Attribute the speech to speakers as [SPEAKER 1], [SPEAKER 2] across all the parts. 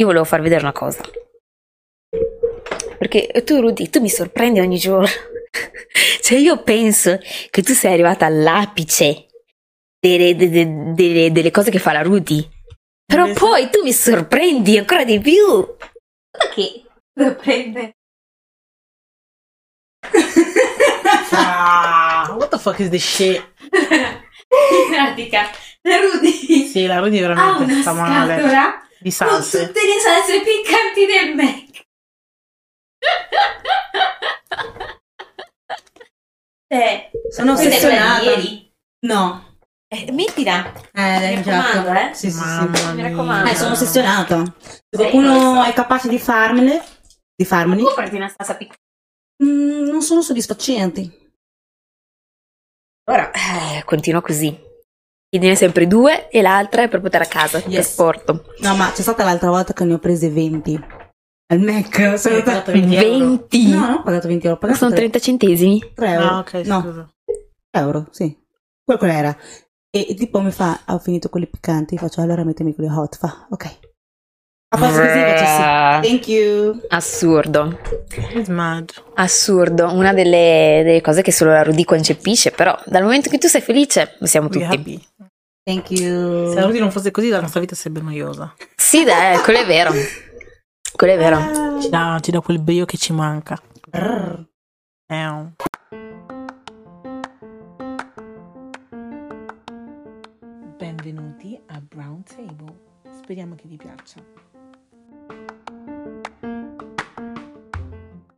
[SPEAKER 1] Io volevo far vedere una cosa. Perché tu, Rudy, tu mi sorprendi ogni giorno. cioè, io penso che tu sei arrivata all'apice delle, de- de- delle- delle cose che fa la Rudy. Però
[SPEAKER 2] Adesso-
[SPEAKER 1] poi tu mi sorprendi ancora di più. Guarda che sorprende.
[SPEAKER 2] Ah, what the fuck is this shit?
[SPEAKER 1] In pratica, la Rudy
[SPEAKER 2] Sì, la Rudy
[SPEAKER 3] Ah,
[SPEAKER 2] veramente sta male. Di salse.
[SPEAKER 1] le salse piccanti del Mac. Eh,
[SPEAKER 3] Sono
[SPEAKER 1] questa è quella di
[SPEAKER 3] ossessionata.
[SPEAKER 1] ieri.
[SPEAKER 3] No.
[SPEAKER 1] Eh, mettila,
[SPEAKER 3] Eh, l'hai
[SPEAKER 1] Mi
[SPEAKER 3] già-
[SPEAKER 1] raccomando, eh.
[SPEAKER 3] Sì, sì, sì.
[SPEAKER 2] Mamma
[SPEAKER 1] Mi
[SPEAKER 2] mia.
[SPEAKER 1] raccomando.
[SPEAKER 3] Eh, sono ossessionata. Se
[SPEAKER 1] Sei
[SPEAKER 3] qualcuno
[SPEAKER 1] questa.
[SPEAKER 3] è capace di farmele, di farmeli,
[SPEAKER 1] Comprati una salsa piccante.
[SPEAKER 3] mm, non sono soddisfacenti.
[SPEAKER 1] Ora, eh, continua così. Chiedine sempre due e l'altra è per portare a casa, il
[SPEAKER 3] Yes.
[SPEAKER 1] trasporto.
[SPEAKER 3] No, ma c'è stata l'altra volta che ne ho prese 20. Al Mac. Sono
[SPEAKER 2] Hai
[SPEAKER 3] andata-
[SPEAKER 2] pagato 20 euro?
[SPEAKER 1] 20.
[SPEAKER 3] No, non ho pagato 20 euro, ho
[SPEAKER 1] Ma
[SPEAKER 3] pagato
[SPEAKER 1] sono 30 centesimi.
[SPEAKER 3] 3 euro.
[SPEAKER 2] Ah, ok,
[SPEAKER 3] no,
[SPEAKER 2] scusa.
[SPEAKER 3] euro, sì. Quel quella era. E, e tipo mi fa, "Ah, ho finito quelli piccanti, faccio allora mettimi quelli hot, fa, ok. A posto così faccio sì. Thank you.
[SPEAKER 1] Assurdo.
[SPEAKER 2] It's mad.
[SPEAKER 1] Assurdo, una delle, delle cose che solo la Rudy concepisce, però dal momento che tu sei felice, lo siamo
[SPEAKER 2] We
[SPEAKER 1] tutti.
[SPEAKER 2] happy.
[SPEAKER 3] Thank you.
[SPEAKER 2] Se la Rudy non fosse così, la nostra vita sarebbe noiosa.
[SPEAKER 1] Sì, dai, quello è vero. Quello è vero.
[SPEAKER 2] Ci dà, ci dà quel brio che ci manca.
[SPEAKER 3] Ah. Brrr.
[SPEAKER 2] Ehm. Benvenuti a Brown Table. Speriamo che vi piaccia.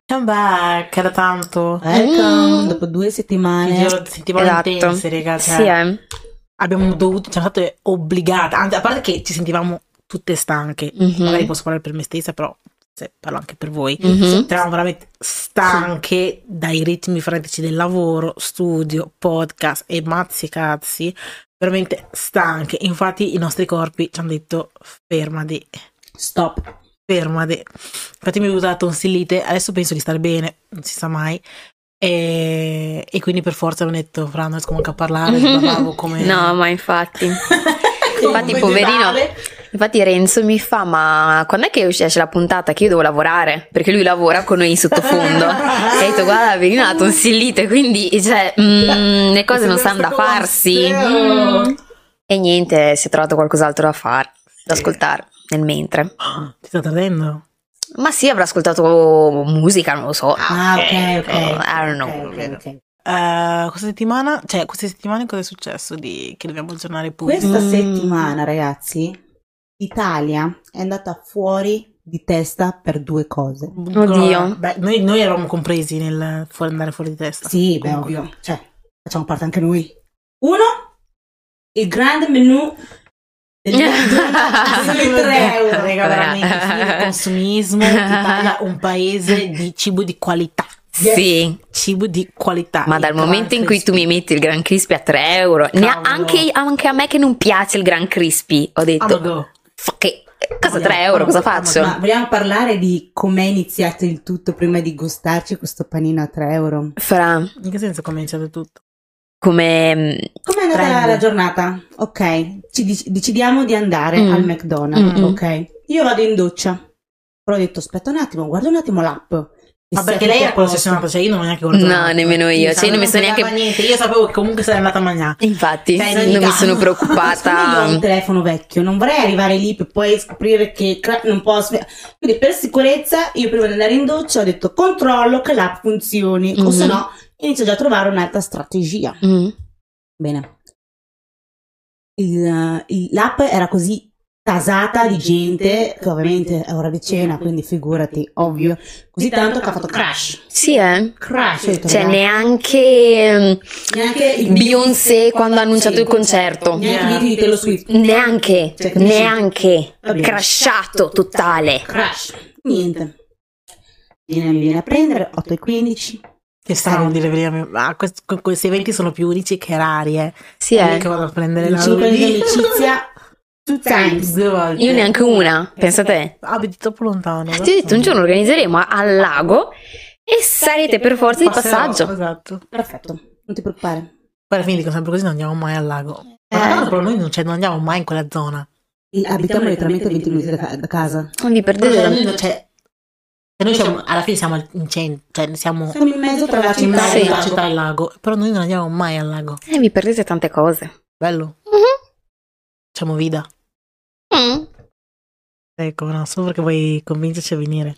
[SPEAKER 2] Come back, era tanto.
[SPEAKER 3] Welcome.
[SPEAKER 1] Mm.
[SPEAKER 3] Ecco, Dopo due
[SPEAKER 2] Ti
[SPEAKER 3] settimane.
[SPEAKER 2] giuro, sentivamo
[SPEAKER 1] Esatto.
[SPEAKER 2] intense, raga. cioè,
[SPEAKER 1] Sì, eh.
[SPEAKER 2] Abbiamo dovuto, siamo state obbligate, anzi, a parte che ci sentivamo tutte stanche.
[SPEAKER 1] Mhm.
[SPEAKER 2] Magari posso parlare per me stessa, però se parlo anche per voi.
[SPEAKER 1] Mhm.
[SPEAKER 2] Eravamo veramente stanche dai ritmi frenetici del lavoro, studio, podcast e mazzi e cazzi. Veramente stanche. Infatti, i nostri corpi ci hanno detto: fermati,
[SPEAKER 3] Stop.
[SPEAKER 2] fermati. Infatti, mi è venuta la tonsillite. Adesso penso di stare bene, non si sa mai. E, e quindi per forza mi hanno detto: Fra, non riesco manco a parlare. Parlavo come.
[SPEAKER 1] No, ma infatti.
[SPEAKER 2] come
[SPEAKER 1] infatti,
[SPEAKER 2] un
[SPEAKER 1] poverino.
[SPEAKER 2] vegetale.
[SPEAKER 1] Infatti Renzo mi fa, ma quando è che esce la puntata che io devo lavorare? Perché lui lavora con noi in sottofondo. e ha detto, guarda, Verina ha la tonsillite, quindi cioè, mm, le cose non stanno da farsi. Mm. E niente, si è trovato qualcos'altro da fare, da ascoltare nel mentre.
[SPEAKER 2] Ti sta tardendo?
[SPEAKER 1] Ma sì, avrà ascoltato musica, non lo so.
[SPEAKER 3] Ah, ok, ok.
[SPEAKER 1] Oh, I don't know.
[SPEAKER 3] Ok, ok, ok.
[SPEAKER 2] Eh, questa settimana, cioè queste settimane cosa è successo di che dobbiamo aggiornare il pubblico?
[SPEAKER 3] Questa
[SPEAKER 1] Mm.
[SPEAKER 3] settimana, ragazzi, l'Italia è andata fuori di testa per due cose.
[SPEAKER 1] Oddio.
[SPEAKER 2] Beh, noi, noi eravamo compresi nel fuori- andare fuori di testa.
[SPEAKER 3] Sì, beh,
[SPEAKER 2] Comunque.
[SPEAKER 3] ovvio. Cioè, facciamo parte anche noi. Uno, il grande menù del solo 3 euro.
[SPEAKER 2] Raga, veramente, sì, il consumismo, l'Italia è un paese di cibo di qualità.
[SPEAKER 1] Sì,
[SPEAKER 2] Cibo di qualità.
[SPEAKER 1] ma
[SPEAKER 2] Il
[SPEAKER 1] dal
[SPEAKER 2] Gran
[SPEAKER 1] momento in cui tu mi
[SPEAKER 2] Crispy.
[SPEAKER 1] metti il Gran Crispy a 3 euro, ne ha-
[SPEAKER 2] Cavolo.
[SPEAKER 1] anche, anche a me che non piace il Gran Crispy, ho
[SPEAKER 2] Ah,
[SPEAKER 1] detto,
[SPEAKER 2] ma go.
[SPEAKER 1] "Fa che cosa
[SPEAKER 2] Vogliamo-
[SPEAKER 1] 3 euro, cosa
[SPEAKER 2] vogliamo-
[SPEAKER 1] faccio?
[SPEAKER 3] Ma vogliamo parlare di com'è iniziato il tutto prima di gustarci questo panino a 3 euro?
[SPEAKER 1] Fra,
[SPEAKER 2] In che senso è cominciato tutto?
[SPEAKER 1] come...
[SPEAKER 3] Com'è andata
[SPEAKER 2] Prendo.
[SPEAKER 3] la giornata? Ok, ci dic- decidiamo di andare
[SPEAKER 1] Mm.
[SPEAKER 3] al McDonald's,
[SPEAKER 1] Mm-mm.
[SPEAKER 3] ok? Io vado in doccia. Però ho detto, aspetta un attimo, guarda un attimo l'app. E
[SPEAKER 2] Vabbè,
[SPEAKER 3] se
[SPEAKER 2] che
[SPEAKER 3] tutto
[SPEAKER 2] lei
[SPEAKER 3] a
[SPEAKER 2] era
[SPEAKER 3] posto.
[SPEAKER 2] possessionata, cioè io non ho neanche
[SPEAKER 1] No,
[SPEAKER 2] guardato.
[SPEAKER 1] nemmeno io, cioè, io non mi sono
[SPEAKER 2] fregava
[SPEAKER 1] neanche-
[SPEAKER 2] niente, io sapevo che comunque sarei andata a mangiare.
[SPEAKER 1] Infatti,
[SPEAKER 2] Cioè, in ogni
[SPEAKER 1] non mi
[SPEAKER 2] caso.
[SPEAKER 1] sono
[SPEAKER 3] Siccome io ho un
[SPEAKER 1] preoccupata.
[SPEAKER 3] telefono vecchio, non vorrei arrivare lì per poi scoprire che cra- non posso. Quindi, per sicurezza, io prima di andare in doccia ho detto controllo che l'app funzioni, o
[SPEAKER 1] Mhm.
[SPEAKER 3] se no inizio già a trovare un'altra strategia.
[SPEAKER 1] Mm.
[SPEAKER 3] Bene. Il- eh, il- l'app era così tasata di gente, che ovviamente è ora di cena, quindi figurati, ovvio, così tanto che ha fatto crash.
[SPEAKER 1] Sì, eh.
[SPEAKER 3] Crash, ho detto,
[SPEAKER 1] Cioè,
[SPEAKER 3] ragazzi,
[SPEAKER 1] neanche mm,
[SPEAKER 3] neanche il
[SPEAKER 1] Beyoncé quando ha annunciato
[SPEAKER 3] Sì,
[SPEAKER 1] il concerto.
[SPEAKER 3] Neanche
[SPEAKER 2] Yeah.
[SPEAKER 3] il di Taylor Swift.
[SPEAKER 1] Neanche,
[SPEAKER 3] Cioè, capisci?
[SPEAKER 1] neanche.
[SPEAKER 3] Vabbè.
[SPEAKER 1] Crashato totale.
[SPEAKER 3] Crash. Niente. Viene, mi viene a prendere 8 e 15.
[SPEAKER 2] Che strano dire, prima, ma quest- que- questi eventi sono più unici che rari, eh.
[SPEAKER 1] Sì,
[SPEAKER 2] Io
[SPEAKER 1] eh.
[SPEAKER 2] Che vado a prendere
[SPEAKER 3] Il
[SPEAKER 2] la
[SPEAKER 3] ciclo di
[SPEAKER 2] Rudy.
[SPEAKER 3] amicizia. Two times.
[SPEAKER 2] Due volte.
[SPEAKER 1] Io neanche una, pensa te.
[SPEAKER 2] Abiti troppo lontano. eh.
[SPEAKER 1] Ti ho detto, un giorno organizzeremo a- al lago e sarete per forza di
[SPEAKER 2] Passerò,
[SPEAKER 1] passaggio.
[SPEAKER 2] Esatto.
[SPEAKER 3] Perfetto. Non ti preoccupare.
[SPEAKER 1] Eh.
[SPEAKER 2] Guarda, quindi dico sempre così, non andiamo mai al lago. Ma tra l'altro, però noi non, cioè, non andiamo mai in quella zona.
[SPEAKER 3] abitiamo letteralmente 20 minuti da, ca- da casa.
[SPEAKER 1] Vi perdete
[SPEAKER 2] Però
[SPEAKER 1] da
[SPEAKER 2] noi- cioè, se noi siamo, alla fine siamo al- in centro, cioè siamo
[SPEAKER 3] Siamo in mezzo tra la
[SPEAKER 2] in
[SPEAKER 3] città
[SPEAKER 2] mezzo
[SPEAKER 3] e il
[SPEAKER 2] alla
[SPEAKER 3] lago.
[SPEAKER 2] città e il lago, però noi non andiamo mai al lago.
[SPEAKER 1] Eh, vi perdete tante cose.
[SPEAKER 2] Bello, facciamo vida.
[SPEAKER 1] Mhm. Mm.
[SPEAKER 2] Ecco, no, solo perché vuoi convincerci a venire.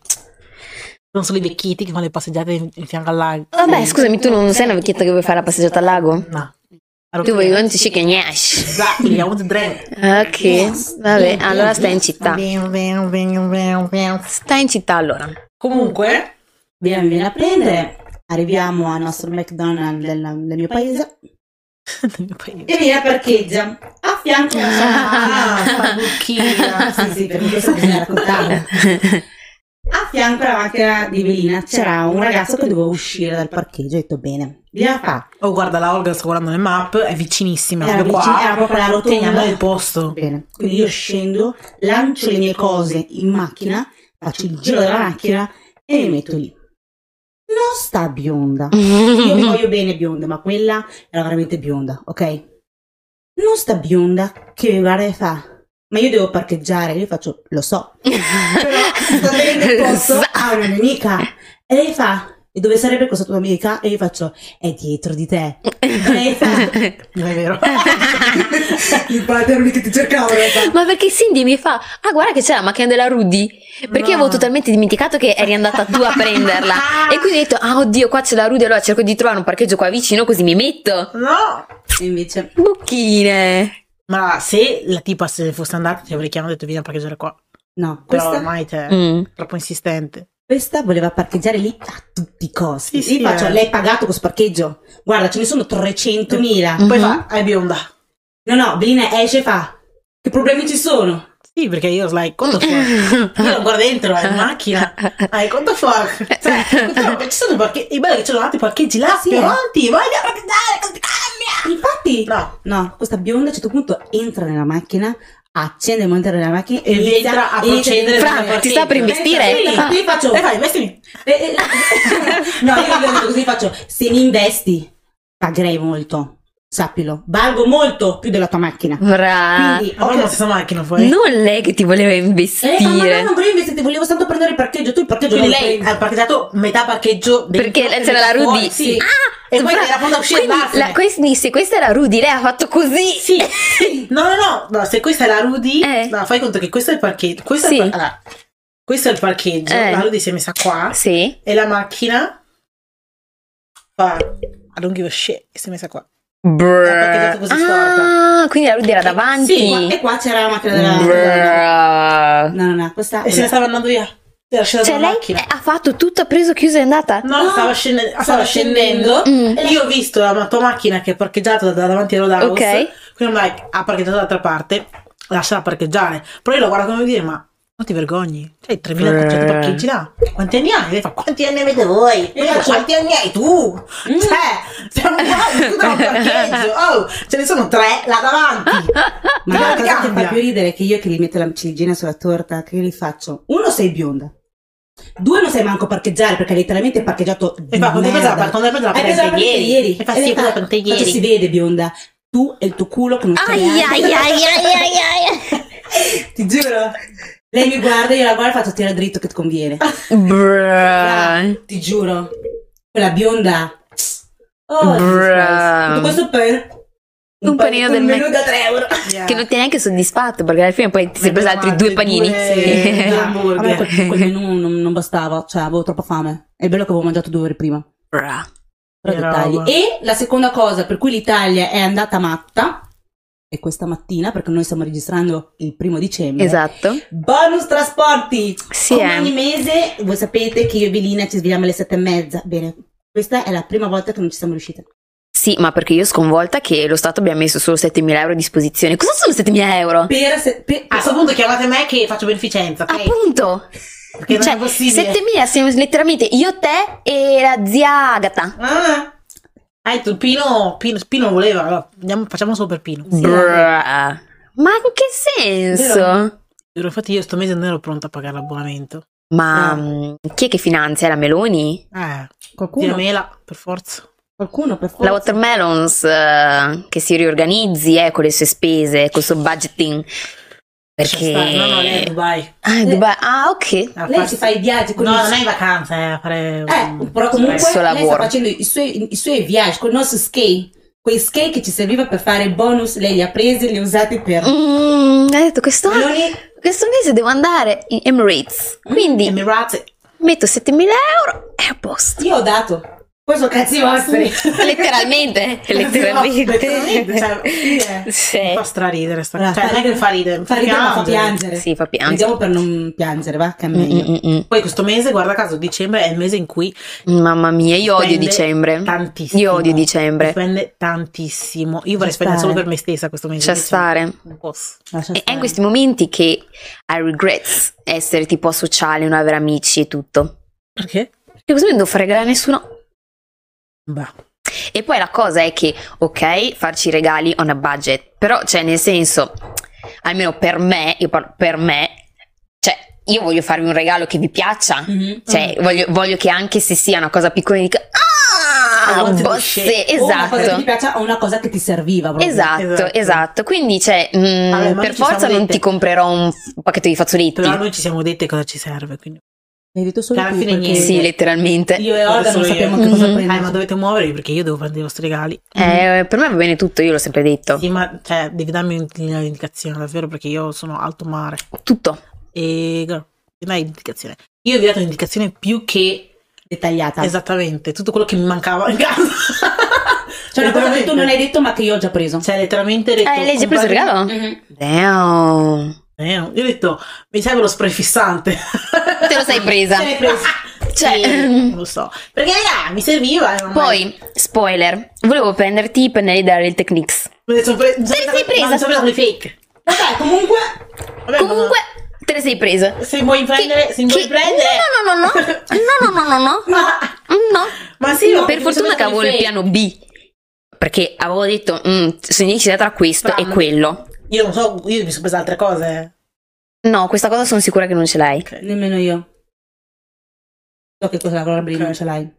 [SPEAKER 2] Sono solo i vecchietti che fanno le passeggiate in, in fianco al lago.
[SPEAKER 1] Vabbè, scusami, tu non sei una vecchietta che vuoi fare la passeggiata al lago?
[SPEAKER 2] No. Esatto,
[SPEAKER 1] Tu vuoi un chicken yash.
[SPEAKER 2] Exactly, I want to drink.
[SPEAKER 1] Ok, vabbè, allora stai in città.
[SPEAKER 2] Bam, bam, bam, bam, bam.
[SPEAKER 1] Stai in città allora.
[SPEAKER 2] Comunque,
[SPEAKER 3] Via, mi viene a prendere. Arriviamo al nostro McDonald's del, del mio paese.
[SPEAKER 2] nel mio paese.
[SPEAKER 3] E Mira parcheggia a fianco alla
[SPEAKER 2] Ah, sta bucchina.
[SPEAKER 3] ah, sì, sì, perché questo bisogna raccontarlo. A fianco alla macchina di Velina c'era un ragazzo che doveva uscire dal parcheggio. Ho detto bene, via fa.
[SPEAKER 2] Oh, guarda, la Olga sta guardando le map, è vicinissima.
[SPEAKER 3] Era
[SPEAKER 2] proprio
[SPEAKER 3] vicino-
[SPEAKER 2] qua.
[SPEAKER 1] eh,
[SPEAKER 3] era proprio la rotonda.
[SPEAKER 2] Teniamo il posto.
[SPEAKER 3] Bene. Quindi io scendo, lancio le mie cose in macchina, faccio il giro della macchina e mi metto lì. Non sta bionda. Io mi voglio bene bionda, ma quella era veramente bionda, ok? Non sta bionda che mi guarda e fa. Ma io devo parcheggiare, io faccio, lo so, però sto tenendo il posto a una mia amica. E lei fa, e dove sarebbe questa tua amica? E io faccio, è dietro di te. E lei fa,
[SPEAKER 2] Non è vero.
[SPEAKER 3] il padre era lui che ti cercava. in realtà."
[SPEAKER 1] Ma perché Cindy mi fa, ah guarda che c'è la macchina della Rudy, perché
[SPEAKER 2] No.
[SPEAKER 1] avevo totalmente dimenticato che eri andata tu a prenderla. E quindi ho detto, ah oddio qua c'è la Rudy, allora cerco di trovare un parcheggio qua vicino così mi metto.
[SPEAKER 2] No!
[SPEAKER 3] E invece,
[SPEAKER 1] Bucchine.
[SPEAKER 2] Ma se la tipa se fosse andata ti avrei chiamato e detto vieni a parcheggiare qua. Però
[SPEAKER 3] no, questa,
[SPEAKER 2] ormai te
[SPEAKER 1] Mm.
[SPEAKER 2] troppo insistente.
[SPEAKER 3] questa voleva parcheggiare lì a tutti i costi.
[SPEAKER 2] Sì, sì,
[SPEAKER 3] Io faccio,
[SPEAKER 2] eh.
[SPEAKER 3] lei ha pagato questo parcheggio? Guarda, ce ne sono 300.000.
[SPEAKER 1] Mm.
[SPEAKER 2] Poi
[SPEAKER 1] Mhm.
[SPEAKER 2] fa, è bionda.
[SPEAKER 3] No, no, Belina esce e fa, che problemi ci sono?
[SPEAKER 2] Sì, perché io like, quanto fuck? Io lo guardo dentro, è in macchina. Hai quanto fuck? Cioè, quanto- ci sono i parcheggi. Il bello è che ci sono altri parcheggi là,
[SPEAKER 3] Sì,
[SPEAKER 2] sì,
[SPEAKER 3] eh.
[SPEAKER 2] avanti. Voglio parcheggiare, cosa ti cambia?
[SPEAKER 3] Infatti,
[SPEAKER 2] No.
[SPEAKER 3] No, questa bionda a un certo punto entra nella macchina, accende il motore della macchina e
[SPEAKER 2] E
[SPEAKER 3] inizia
[SPEAKER 2] entra a
[SPEAKER 3] inizia-
[SPEAKER 2] procedere
[SPEAKER 1] Fra,
[SPEAKER 2] nel
[SPEAKER 1] ti sta per
[SPEAKER 2] parcheggio.
[SPEAKER 1] investire?
[SPEAKER 3] Sì,
[SPEAKER 1] Ah.
[SPEAKER 3] io faccio.
[SPEAKER 2] E fai, vestimi.
[SPEAKER 3] eh, eh, no, io gli ho detto così faccio. Se mi investi, pagherei molto. Sappilo, valgo molto più della tua macchina.
[SPEAKER 1] Fra.
[SPEAKER 3] Quindi,
[SPEAKER 2] Avremo la
[SPEAKER 3] ok.
[SPEAKER 2] stessa macchina poi. Eh,
[SPEAKER 1] Non lei che ti voleva
[SPEAKER 3] E lei fa, ma no,
[SPEAKER 1] investire.
[SPEAKER 3] non volevo investire, volevo soltanto prendere il parcheggio. Tu il parcheggio
[SPEAKER 2] Quindi
[SPEAKER 3] non lo
[SPEAKER 2] lei
[SPEAKER 3] prendi.
[SPEAKER 2] ha parcheggiato metà parcheggio dentro
[SPEAKER 1] Perché
[SPEAKER 2] e
[SPEAKER 1] c'era la
[SPEAKER 2] metà fuori,
[SPEAKER 1] Rudy.
[SPEAKER 2] Sì.
[SPEAKER 1] Ah!
[SPEAKER 2] E poi
[SPEAKER 1] fra-
[SPEAKER 2] era pronta a uscire,
[SPEAKER 1] quindi
[SPEAKER 2] varsene.
[SPEAKER 1] la- quindi se questa era Rudy, lei ha fatto così.
[SPEAKER 2] Sì, sì. No, no, no, no, se questa è la Rudy,
[SPEAKER 1] Eh.
[SPEAKER 2] no, fai conto che questo è il parcheggio. Questo,
[SPEAKER 1] Sì.
[SPEAKER 2] è, il par- allora, questo è il parcheggio.
[SPEAKER 1] Eh.
[SPEAKER 2] La Rudy si è messa qua
[SPEAKER 1] Sì.
[SPEAKER 2] e la macchina fa. I don't give a shit. E si è messa qua. parcheggiato così
[SPEAKER 1] Ah, quindi la Rudy era davanti.
[SPEAKER 3] Sì, qua- e qua c'era la macchina della.
[SPEAKER 1] Brrr.
[SPEAKER 3] No, no, no, questa.
[SPEAKER 2] E se ne stava andando via. Si era scesa
[SPEAKER 1] Cioè
[SPEAKER 2] dalla
[SPEAKER 1] lei
[SPEAKER 2] macchina.
[SPEAKER 1] ha fatto tutto, ha preso, chiuso e è andata?
[SPEAKER 2] No,
[SPEAKER 3] No,
[SPEAKER 2] stava, scende-
[SPEAKER 3] stava
[SPEAKER 2] stava scendendo.
[SPEAKER 1] Mm.
[SPEAKER 2] E Io ho visto la tua macchina che è parcheggiata da- davanti a Roadhouse.
[SPEAKER 1] Ok.
[SPEAKER 2] Quindi I'm like, ha parcheggiato dall'altra parte, lasciala parcheggiare. Però io la guardo come dire, ma non ti vergogni? Cioè, 3.300
[SPEAKER 1] Eh.
[SPEAKER 2] parcheggi là. Quanti anni hai? Lei fa, quanti anni avete voi? Io
[SPEAKER 3] faccio- Mm.
[SPEAKER 2] quanti anni hai tu? Cioè, siamo qua, tutto da un parcheggio. Oh, ce ne sono tre là davanti.
[SPEAKER 3] Ma
[SPEAKER 2] Però
[SPEAKER 3] la cosa che
[SPEAKER 2] cambia.
[SPEAKER 3] fa più ridere è che io che gli metto la ciliegina sulla torta, che gli faccio? Uno sei bionda, due non sai manco parcheggiare perché letteralmente hai parcheggiato
[SPEAKER 2] E fa, quando hai preso la
[SPEAKER 3] merda.
[SPEAKER 2] quando hai preso la
[SPEAKER 3] Hai preso
[SPEAKER 2] parcheggiata
[SPEAKER 3] la partita ieri.
[SPEAKER 2] E fa,
[SPEAKER 3] E
[SPEAKER 2] sì,
[SPEAKER 3] lei
[SPEAKER 2] quella con te
[SPEAKER 3] faccio,
[SPEAKER 2] ieri.
[SPEAKER 3] si vede bionda, tu e il tuo culo che non sai
[SPEAKER 1] Ai ai
[SPEAKER 3] neanche-
[SPEAKER 1] ai ai ai ai.
[SPEAKER 3] Ti giuro. Lei mi guarda, io la guardo e faccio tira dritto che ti conviene.
[SPEAKER 2] Ah.
[SPEAKER 1] Brrr.
[SPEAKER 3] Ti giuro. Quella bionda. Oh, Jesus
[SPEAKER 1] Bruh.
[SPEAKER 3] Christ. Tutto questo per
[SPEAKER 1] Un panino del
[SPEAKER 3] menù
[SPEAKER 1] Mac.
[SPEAKER 3] da 3 euro.
[SPEAKER 2] Yeah.
[SPEAKER 1] Che non ti è neanche soddisfatto perché alla fine poi ti sei
[SPEAKER 2] Mentre
[SPEAKER 1] preso altri
[SPEAKER 2] mangi
[SPEAKER 1] due panini.
[SPEAKER 2] due-
[SPEAKER 1] Sì.
[SPEAKER 2] due
[SPEAKER 3] Ah,
[SPEAKER 2] hamburger.
[SPEAKER 3] a me quel, quel menù non, non bastava, cioè avevo troppa fame. È bello che avevo mangiato due ore prima.
[SPEAKER 1] Brrr.
[SPEAKER 3] Però
[SPEAKER 2] Che
[SPEAKER 3] dettagli.
[SPEAKER 2] roba.
[SPEAKER 3] E la seconda cosa per cui l'Italia è andata matta è questa mattina, perché noi stiamo registrando il primo dicembre.
[SPEAKER 1] Esatto.
[SPEAKER 3] Bonus trasporti!
[SPEAKER 1] Sì,
[SPEAKER 3] Come
[SPEAKER 1] eh.
[SPEAKER 3] ogni mese, voi sapete che io e Belina ci svegliamo alle sette e mezza. Bene, questa è la prima volta che non ci siamo riuscite.
[SPEAKER 1] Sì, ma perché io sconvolta che lo Stato abbia messo solo 7.000 euro a disposizione. Cosa sono 7.000 euro?
[SPEAKER 3] Per, se- per-
[SPEAKER 2] A
[SPEAKER 1] Ah.
[SPEAKER 2] questo punto chiamate me che faccio beneficenza,
[SPEAKER 3] Ah,
[SPEAKER 2] ok?
[SPEAKER 1] Appunto.
[SPEAKER 2] Perché non
[SPEAKER 1] cioè,
[SPEAKER 2] è possibile.
[SPEAKER 1] 7.000 siamo letteralmente io, te e la zia Agata.
[SPEAKER 2] Ah, hai tu Pino, Pino, Pino voleva, allora andiamo- facciamo solo per Pino.
[SPEAKER 3] Sì,
[SPEAKER 1] Brrr. Ma in che senso?
[SPEAKER 2] Vero. Giuro, Infatti io sto mese non ero pronta a pagare l'abbonamento.
[SPEAKER 1] Ma
[SPEAKER 3] Ah.
[SPEAKER 1] mh, chi è che finanzia la Meloni?
[SPEAKER 2] Eh,
[SPEAKER 3] qualcuno,
[SPEAKER 2] zia Mela, per forza.
[SPEAKER 3] qualcuno per
[SPEAKER 1] La
[SPEAKER 3] forza.
[SPEAKER 1] Watermelons eh, che si riorganizzi eh, con le sue spese, col suo budgeting. Perché...
[SPEAKER 2] No, no, lei è a Dubai.
[SPEAKER 1] Ah, Dubai. Ah, ok.
[SPEAKER 2] A
[SPEAKER 3] Lei
[SPEAKER 2] far-
[SPEAKER 3] si fa i viaggi con
[SPEAKER 2] No,
[SPEAKER 3] i
[SPEAKER 2] non è in vacanza, è a fare... un- cioè,
[SPEAKER 3] Eh, però comunque
[SPEAKER 1] Il suo
[SPEAKER 3] lei sta
[SPEAKER 1] lavoro.
[SPEAKER 3] facendo i suoi, i suoi viaggi con il nostro skate. Quei skate che ci serviva per fare il bonus, lei li ha presi e li ha usati per...
[SPEAKER 1] Mm, ha detto questo,
[SPEAKER 3] Meloni-
[SPEAKER 1] questo mese devo andare in Emirates.
[SPEAKER 2] Mm,
[SPEAKER 1] Quindi
[SPEAKER 2] Emirati.
[SPEAKER 1] metto 7000 euro e a posto.
[SPEAKER 3] Io ho dato. Poi sono cazzi vostri.
[SPEAKER 1] letteralmente, letteralmente.
[SPEAKER 3] Cioè, sì, eh.
[SPEAKER 2] Mi
[SPEAKER 1] Sì.
[SPEAKER 2] fa straridere sta
[SPEAKER 3] Allora,
[SPEAKER 2] cosa. Cioè, non è che mi fa ridere, mi fa
[SPEAKER 3] ridere, ma fa
[SPEAKER 2] piangere.
[SPEAKER 3] piangere.
[SPEAKER 1] Sì, fa piangere.
[SPEAKER 3] Vediamo per non piangere, va? Che è
[SPEAKER 1] Mm,
[SPEAKER 3] meglio.
[SPEAKER 1] mm, mm,
[SPEAKER 2] Poi questo mese, guarda caso, dicembre è il mese in cui
[SPEAKER 1] mm. Mamma mia, io odio
[SPEAKER 2] spende
[SPEAKER 1] dicembre.
[SPEAKER 2] Tantissimo.
[SPEAKER 1] Mm. Io odio dicembre. eh.
[SPEAKER 2] Spende tantissimo. Io vorrei
[SPEAKER 3] Ci
[SPEAKER 2] spendere
[SPEAKER 3] stare.
[SPEAKER 2] solo per me stessa questo mese.
[SPEAKER 1] C'è
[SPEAKER 2] dicembre.
[SPEAKER 1] stare.
[SPEAKER 2] Non posso.
[SPEAKER 3] Lascia
[SPEAKER 1] mm. E- È in
[SPEAKER 3] stare.
[SPEAKER 1] questi momenti che I regret essere tipo sociale, non avere amici e tutto.
[SPEAKER 2] Perché?
[SPEAKER 1] Perché così non devo fare regali a nessuno.
[SPEAKER 2] Bah.
[SPEAKER 1] E poi la cosa è che, ok, farci i regali on a budget, però, cioè, nel senso, almeno per me, io parlo per me, cioè, io voglio farvi un regalo che vi piaccia.
[SPEAKER 3] Mhm.
[SPEAKER 1] Cioè,
[SPEAKER 2] Mm.
[SPEAKER 1] voglio, voglio che anche se sia una cosa piccola, mi dica, ah,
[SPEAKER 2] I want to
[SPEAKER 1] boh,
[SPEAKER 2] do
[SPEAKER 1] sì,
[SPEAKER 2] shit."
[SPEAKER 3] O una cosa che ti
[SPEAKER 1] esatto.
[SPEAKER 3] piace o una cosa che ti serviva proprio.
[SPEAKER 1] Esatto, esatto,
[SPEAKER 2] Esatto.
[SPEAKER 1] Quindi, cioè, mm,
[SPEAKER 2] Vabbè, ma noi
[SPEAKER 1] per
[SPEAKER 2] ci siamo
[SPEAKER 1] forza non
[SPEAKER 2] dette-
[SPEAKER 1] ti comprerò un f- pacchetto di fazzoletti.
[SPEAKER 2] Però noi ci siamo dette cosa ci serve. Quindi.
[SPEAKER 3] Mi hai detto solo
[SPEAKER 2] Alla
[SPEAKER 3] tu
[SPEAKER 2] fine
[SPEAKER 3] perché
[SPEAKER 2] niente.
[SPEAKER 1] Eh Sì, letteralmente.
[SPEAKER 3] Io e Olga
[SPEAKER 2] Adesso
[SPEAKER 3] non
[SPEAKER 2] io.
[SPEAKER 3] sappiamo che cosa
[SPEAKER 1] Mhm.
[SPEAKER 2] Eh,
[SPEAKER 3] prendere.
[SPEAKER 2] ma dovete muovervi perché io devo prendere i vostri regali.
[SPEAKER 1] Eh, per me va bene tutto, io l'ho sempre detto.
[SPEAKER 2] Sì, ma cioè, devi darmi un- un'indicazione, davvero, perché io sono alto mare.
[SPEAKER 1] Tutto.
[SPEAKER 2] E girl, dai indicazione. Io vi ho dato un'indicazione più che
[SPEAKER 3] Dettagliata.
[SPEAKER 1] Esatto.
[SPEAKER 2] esattamente tutto quello che mi mancava in casa.
[SPEAKER 3] C'è Cioè, una cosa che tu non hai detto ma che io ho già preso.
[SPEAKER 2] Cioè, letteralmente ho detto,
[SPEAKER 1] Eh, lei ha già preso il
[SPEAKER 2] "Compagni-
[SPEAKER 1] regalo?
[SPEAKER 3] Mhm.
[SPEAKER 1] Damn.
[SPEAKER 2] Eh, io ho detto, mi serve lo spray fissante.
[SPEAKER 1] Te lo sei presa.
[SPEAKER 2] Te l'hai preso.
[SPEAKER 1] Cioè,
[SPEAKER 2] Sì, non lo so. Perché, raga, mi serviva. eh, non mai-
[SPEAKER 1] Poi, spoiler, volevo prenderti i pennelli da Real Techniques.
[SPEAKER 2] Me ne sono pre- mi sono
[SPEAKER 1] Te ne
[SPEAKER 2] presa.
[SPEAKER 1] sei presa?
[SPEAKER 2] ma Mi sono presa con i fake.
[SPEAKER 3] Vabbè, comunque...
[SPEAKER 2] Vabbè,
[SPEAKER 1] Comunque, te le sei presa.
[SPEAKER 2] ma- se vuoi prendere, se vuoi prendere.
[SPEAKER 1] No, no, no, no, no, no, no, no, no,
[SPEAKER 2] Ma,
[SPEAKER 1] no.
[SPEAKER 2] ma sì, ma
[SPEAKER 1] per
[SPEAKER 2] mi sono
[SPEAKER 1] fortuna
[SPEAKER 2] presa
[SPEAKER 1] che
[SPEAKER 2] con i
[SPEAKER 1] avevo il
[SPEAKER 2] fake.
[SPEAKER 1] piano B. Perché avevo detto, mm, sono indecisa tra questo
[SPEAKER 2] Fran.
[SPEAKER 1] e quello.
[SPEAKER 2] Io non so, io mi sono presa altre cose.
[SPEAKER 1] No, questa cosa sono sicura che non ce l'hai.
[SPEAKER 3] Nemmeno io. So che cosa la Gloria Bellini non ce l'hai.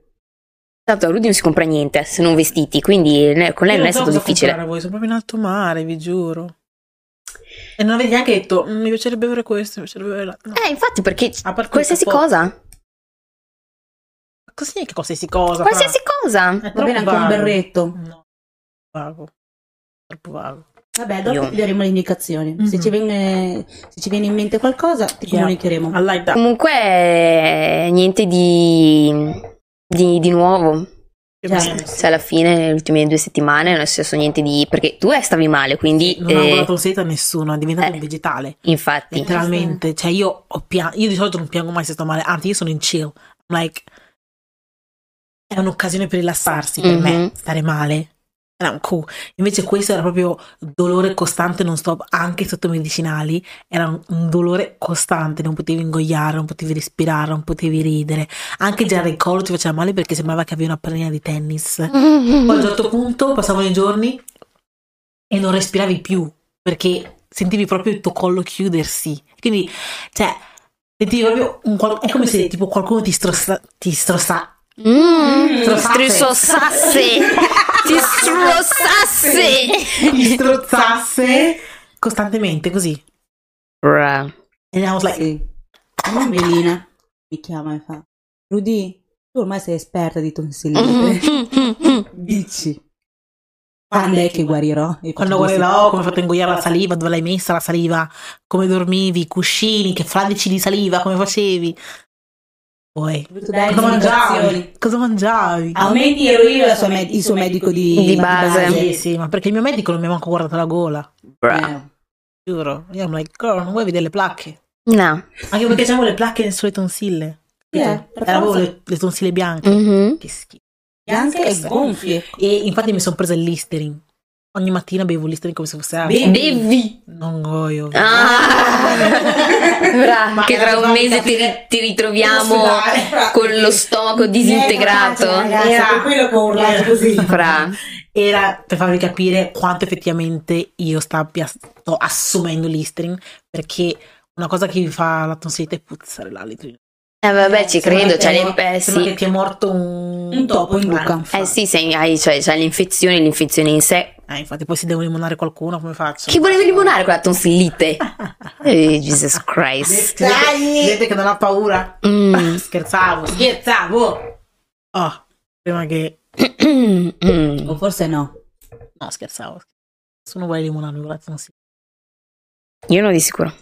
[SPEAKER 1] Tanto a lui non si compra niente se non vestiti, quindi eh, con lei
[SPEAKER 2] Io
[SPEAKER 1] non è
[SPEAKER 2] so
[SPEAKER 1] stato
[SPEAKER 2] cosa
[SPEAKER 1] difficile.
[SPEAKER 2] comprare a voi, sono proprio in alto mare, vi giuro. E non avete neanche detto, "Mm, mi piacerebbe avere questo, mi piacerebbe avere l'altro. No.
[SPEAKER 1] Eh, infatti, perché
[SPEAKER 2] A parte
[SPEAKER 1] qualsiasi
[SPEAKER 2] il cappotto.
[SPEAKER 1] cosa,
[SPEAKER 2] Così che qualsiasi cosa.
[SPEAKER 1] qualsiasi cosa.
[SPEAKER 2] cosa.
[SPEAKER 3] Va bene anche un berretto.
[SPEAKER 2] No, vago. Troppo vago.
[SPEAKER 3] Vabbè, dopo
[SPEAKER 1] Io-
[SPEAKER 3] ti daremo le indicazioni. Se,
[SPEAKER 2] Mhm.
[SPEAKER 3] ci viene, se ci viene in mente qualcosa, ti
[SPEAKER 2] Yeah.
[SPEAKER 3] comunicheremo.
[SPEAKER 2] I like that.
[SPEAKER 1] Comunque, eh, niente di, di, di nuovo.
[SPEAKER 2] Che
[SPEAKER 3] Cioè,
[SPEAKER 2] bello.
[SPEAKER 1] Cioè, alla fine, nelle ultime due settimane, non è successo niente di. Perché tu eh, stavi male, quindi.
[SPEAKER 2] Non ho
[SPEAKER 1] eh,
[SPEAKER 2] volato un seta a nessuno, è diventato
[SPEAKER 1] eh.
[SPEAKER 2] un vegetale.
[SPEAKER 1] infatti,
[SPEAKER 2] Letteralmente. Cioè, io ho pian- Io di solito non piango mai se sto male, anzi, io sono in chill. I'm like. È un'occasione per rilassarsi per
[SPEAKER 1] Mhm.
[SPEAKER 2] me, stare male. Era un cu. Invece questo era proprio dolore costante non stop, anche sotto medicinali. Era un, un dolore costante, non potevi ingoiare, non potevi respirare, non potevi ridere. Anche già il ricollo ti faceva male perché sembrava che avevi una pallina di tennis. Poi a un certo punto passavano i giorni e non respiravi più perché sentivi proprio il tuo collo chiudersi. Quindi, cioè, sentivi proprio un qual- È come se tipo qualcuno ti strossa. Ti strossa.
[SPEAKER 1] Mm,
[SPEAKER 2] Strossasse.
[SPEAKER 1] strossasse. Ti strossasse.
[SPEAKER 2] Ti strozzasse costantemente così.
[SPEAKER 1] Bruh.
[SPEAKER 2] E I was like,
[SPEAKER 3] Sì. La mamma Melina mi chiama e fa: Rudy, tu ormai sei esperta di tonsillite. Dici, quando è che guarirò? E
[SPEAKER 2] Quando
[SPEAKER 3] faccio così.
[SPEAKER 2] guarirò, come ho fatto a ingoiare la saliva, dove l'hai messa la saliva, come dormivi, i cuscini, che fradici di saliva, come facevi. Poi,
[SPEAKER 3] Tu dai
[SPEAKER 2] cosa
[SPEAKER 3] le
[SPEAKER 2] mangiavi?
[SPEAKER 3] indicazioni.
[SPEAKER 2] Cosa mangiavi?
[SPEAKER 3] Aumenti ero io la sua med- il suo medico di,
[SPEAKER 1] Di base.
[SPEAKER 2] Sì, sì, ma perché il mio medico non mi ha manco guardato la gola,
[SPEAKER 1] Bruh.
[SPEAKER 3] Eh,
[SPEAKER 2] giuro. Io I'm like, girl, non vuoi vedere le placche?
[SPEAKER 1] No.
[SPEAKER 2] Anche perché c'avevo le placche sulle tonsille.
[SPEAKER 3] Sì, eh,
[SPEAKER 2] Capito?
[SPEAKER 3] per
[SPEAKER 2] Avevo
[SPEAKER 3] forza.
[SPEAKER 2] le, le tonsille bianche.
[SPEAKER 1] Mhm.
[SPEAKER 2] Che schifo. Eh,
[SPEAKER 3] Bianche e gonfie.
[SPEAKER 2] E infatti mi sono presa il listerin. Ogni mattina bevo il listerin come se fosse acqua.
[SPEAKER 3] Bevi?
[SPEAKER 1] Devi.
[SPEAKER 2] non goio.
[SPEAKER 1] Ah. Bruh,
[SPEAKER 2] Ma
[SPEAKER 1] che tra un
[SPEAKER 2] dovevamo
[SPEAKER 1] mese ti,
[SPEAKER 2] capire-
[SPEAKER 1] ti ritroviamo
[SPEAKER 2] Ospedale.
[SPEAKER 1] con lo stomaco disintegrato.
[SPEAKER 3] Ragazzi, per quello che ho urlato così.
[SPEAKER 1] Fra.
[SPEAKER 2] Era per farvi capire quanto effettivamente io stabbia- sto assumendo listerin. Perché una cosa che vi fa la tonsillite è puzzare l'alito.
[SPEAKER 1] Eh vabbè, ci
[SPEAKER 2] Sembra
[SPEAKER 1] credo,
[SPEAKER 2] che
[SPEAKER 1] c'è
[SPEAKER 2] ti
[SPEAKER 1] le
[SPEAKER 2] è mor- sembra che
[SPEAKER 1] pessi.
[SPEAKER 2] ti è morto un,
[SPEAKER 3] Un topo in
[SPEAKER 2] Ah,
[SPEAKER 3] bocca.
[SPEAKER 2] infatti.
[SPEAKER 1] Eh sì, se hai, cioè, c'hai l'infezione, l'infezione in sé
[SPEAKER 2] Eh, infatti poi si devo limonare qualcuno, come faccio?
[SPEAKER 1] Chi voleva limonare quella tonsillite? Eh, Jesus Christ.
[SPEAKER 2] Vedete, vedete che non ha paura? Ah,
[SPEAKER 1] Mm.
[SPEAKER 2] Scherzavo.
[SPEAKER 3] Scherzavo!
[SPEAKER 2] Oh, prima che...
[SPEAKER 1] Mm.
[SPEAKER 3] O forse no.
[SPEAKER 2] No, scherzavo. Nessuno vuole limonarmi, grazie, non si...
[SPEAKER 1] Io no di sicuro.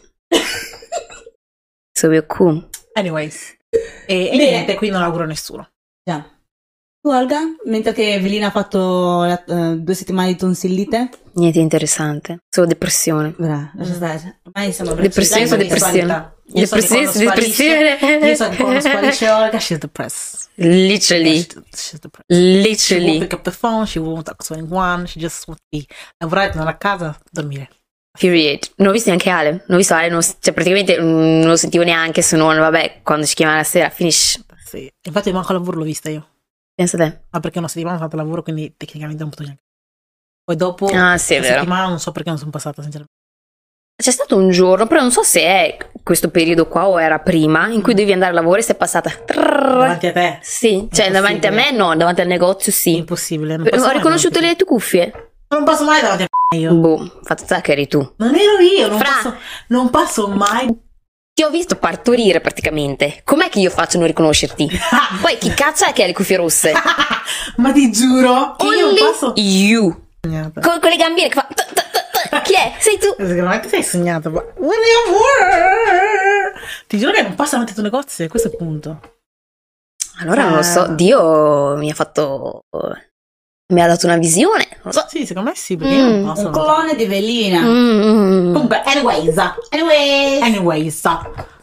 [SPEAKER 1] So you cool.
[SPEAKER 2] Anyways. E, e
[SPEAKER 3] Bene.
[SPEAKER 2] niente, qui non auguro a nessuno.
[SPEAKER 3] Già. Tu, Olga, mentre che Evelina ha fatto la- eh, due settimane di tonsillite,
[SPEAKER 1] Niente interessante. Solo depressione.
[SPEAKER 3] Bra, lascia stare. Ormai siamo
[SPEAKER 1] Mm. Depressione su
[SPEAKER 3] precisi,
[SPEAKER 1] depressione.
[SPEAKER 3] spanita. Io so di
[SPEAKER 1] Depressione su
[SPEAKER 3] quando sparisce- Io so di quando sparisce
[SPEAKER 1] depressione.
[SPEAKER 3] Olga.
[SPEAKER 2] Olga, she's depressed.
[SPEAKER 1] Literally.
[SPEAKER 2] She's, she's depressed. She won't
[SPEAKER 1] Literally.
[SPEAKER 2] pick up the phone, she won't talk to anyone, she just won't be lavorare, tornare a casa, dormire.
[SPEAKER 1] Period. Non ho visto neanche Ale. Non ho visto Ale, non- cioè praticamente mm, non lo sentivo neanche se non, vabbè, quando ci chiamava la sera, finisci.
[SPEAKER 2] Sì. Infatti manco lavoro l'ho vista io.
[SPEAKER 1] Pensa te.
[SPEAKER 2] Ma perché una settimana ho fatto lavoro, quindi tecnicamente non potevo neanche. Poi dopo
[SPEAKER 1] Ah, sì, è
[SPEAKER 2] una
[SPEAKER 1] vero.
[SPEAKER 2] settimana non so perché non sono passata, sinceramente.
[SPEAKER 1] C'è stato un giorno, però non so se è questo periodo qua o era prima, in cui
[SPEAKER 3] Mm.
[SPEAKER 1] devi andare a lavoro e sei passata.
[SPEAKER 2] Davanti a te.
[SPEAKER 1] Sì, cioè davanti a me no, davanti al negozio sì.
[SPEAKER 2] Impossibile. non
[SPEAKER 1] Ho
[SPEAKER 2] posso mai
[SPEAKER 1] riconosciuto
[SPEAKER 2] davanti
[SPEAKER 1] le tue cuffie.
[SPEAKER 2] a te. Non passo mai davanti a te io.
[SPEAKER 1] Boh, fatto sta che eri tu.
[SPEAKER 2] Non ero io, non,
[SPEAKER 1] Fra.
[SPEAKER 2] passo, non passo mai.
[SPEAKER 1] Ti ho visto partorire praticamente. Com'è che io faccio a non riconoscerti? Poi chi cazzo è che ha le cuffie rosse?
[SPEAKER 2] Ma ti giuro che io non
[SPEAKER 1] Only
[SPEAKER 2] passo.
[SPEAKER 1] you.
[SPEAKER 2] Segnata.
[SPEAKER 1] Con, con le gambine che fa. t- t- t- t- Chi è? Sei tu.
[SPEAKER 2] Sicuramente sei segnata. ma- When you were- Ti giuro che non passo davanti ai tuoi negozi, questo è il punto.
[SPEAKER 1] Allora non lo
[SPEAKER 2] Ah.
[SPEAKER 1] so, Dio mi ha fatto. mi ha dato una visione. Non lo so.
[SPEAKER 2] Sì, secondo me sì, perché io non
[SPEAKER 1] Mm,
[SPEAKER 2] passo.
[SPEAKER 3] Un
[SPEAKER 2] davanti-
[SPEAKER 3] clone di
[SPEAKER 2] Ah.
[SPEAKER 3] Velina.
[SPEAKER 1] Mm,
[SPEAKER 2] Oh.
[SPEAKER 1] Eh. mm.
[SPEAKER 3] Comunque, anyways, anyways.
[SPEAKER 2] Anyways,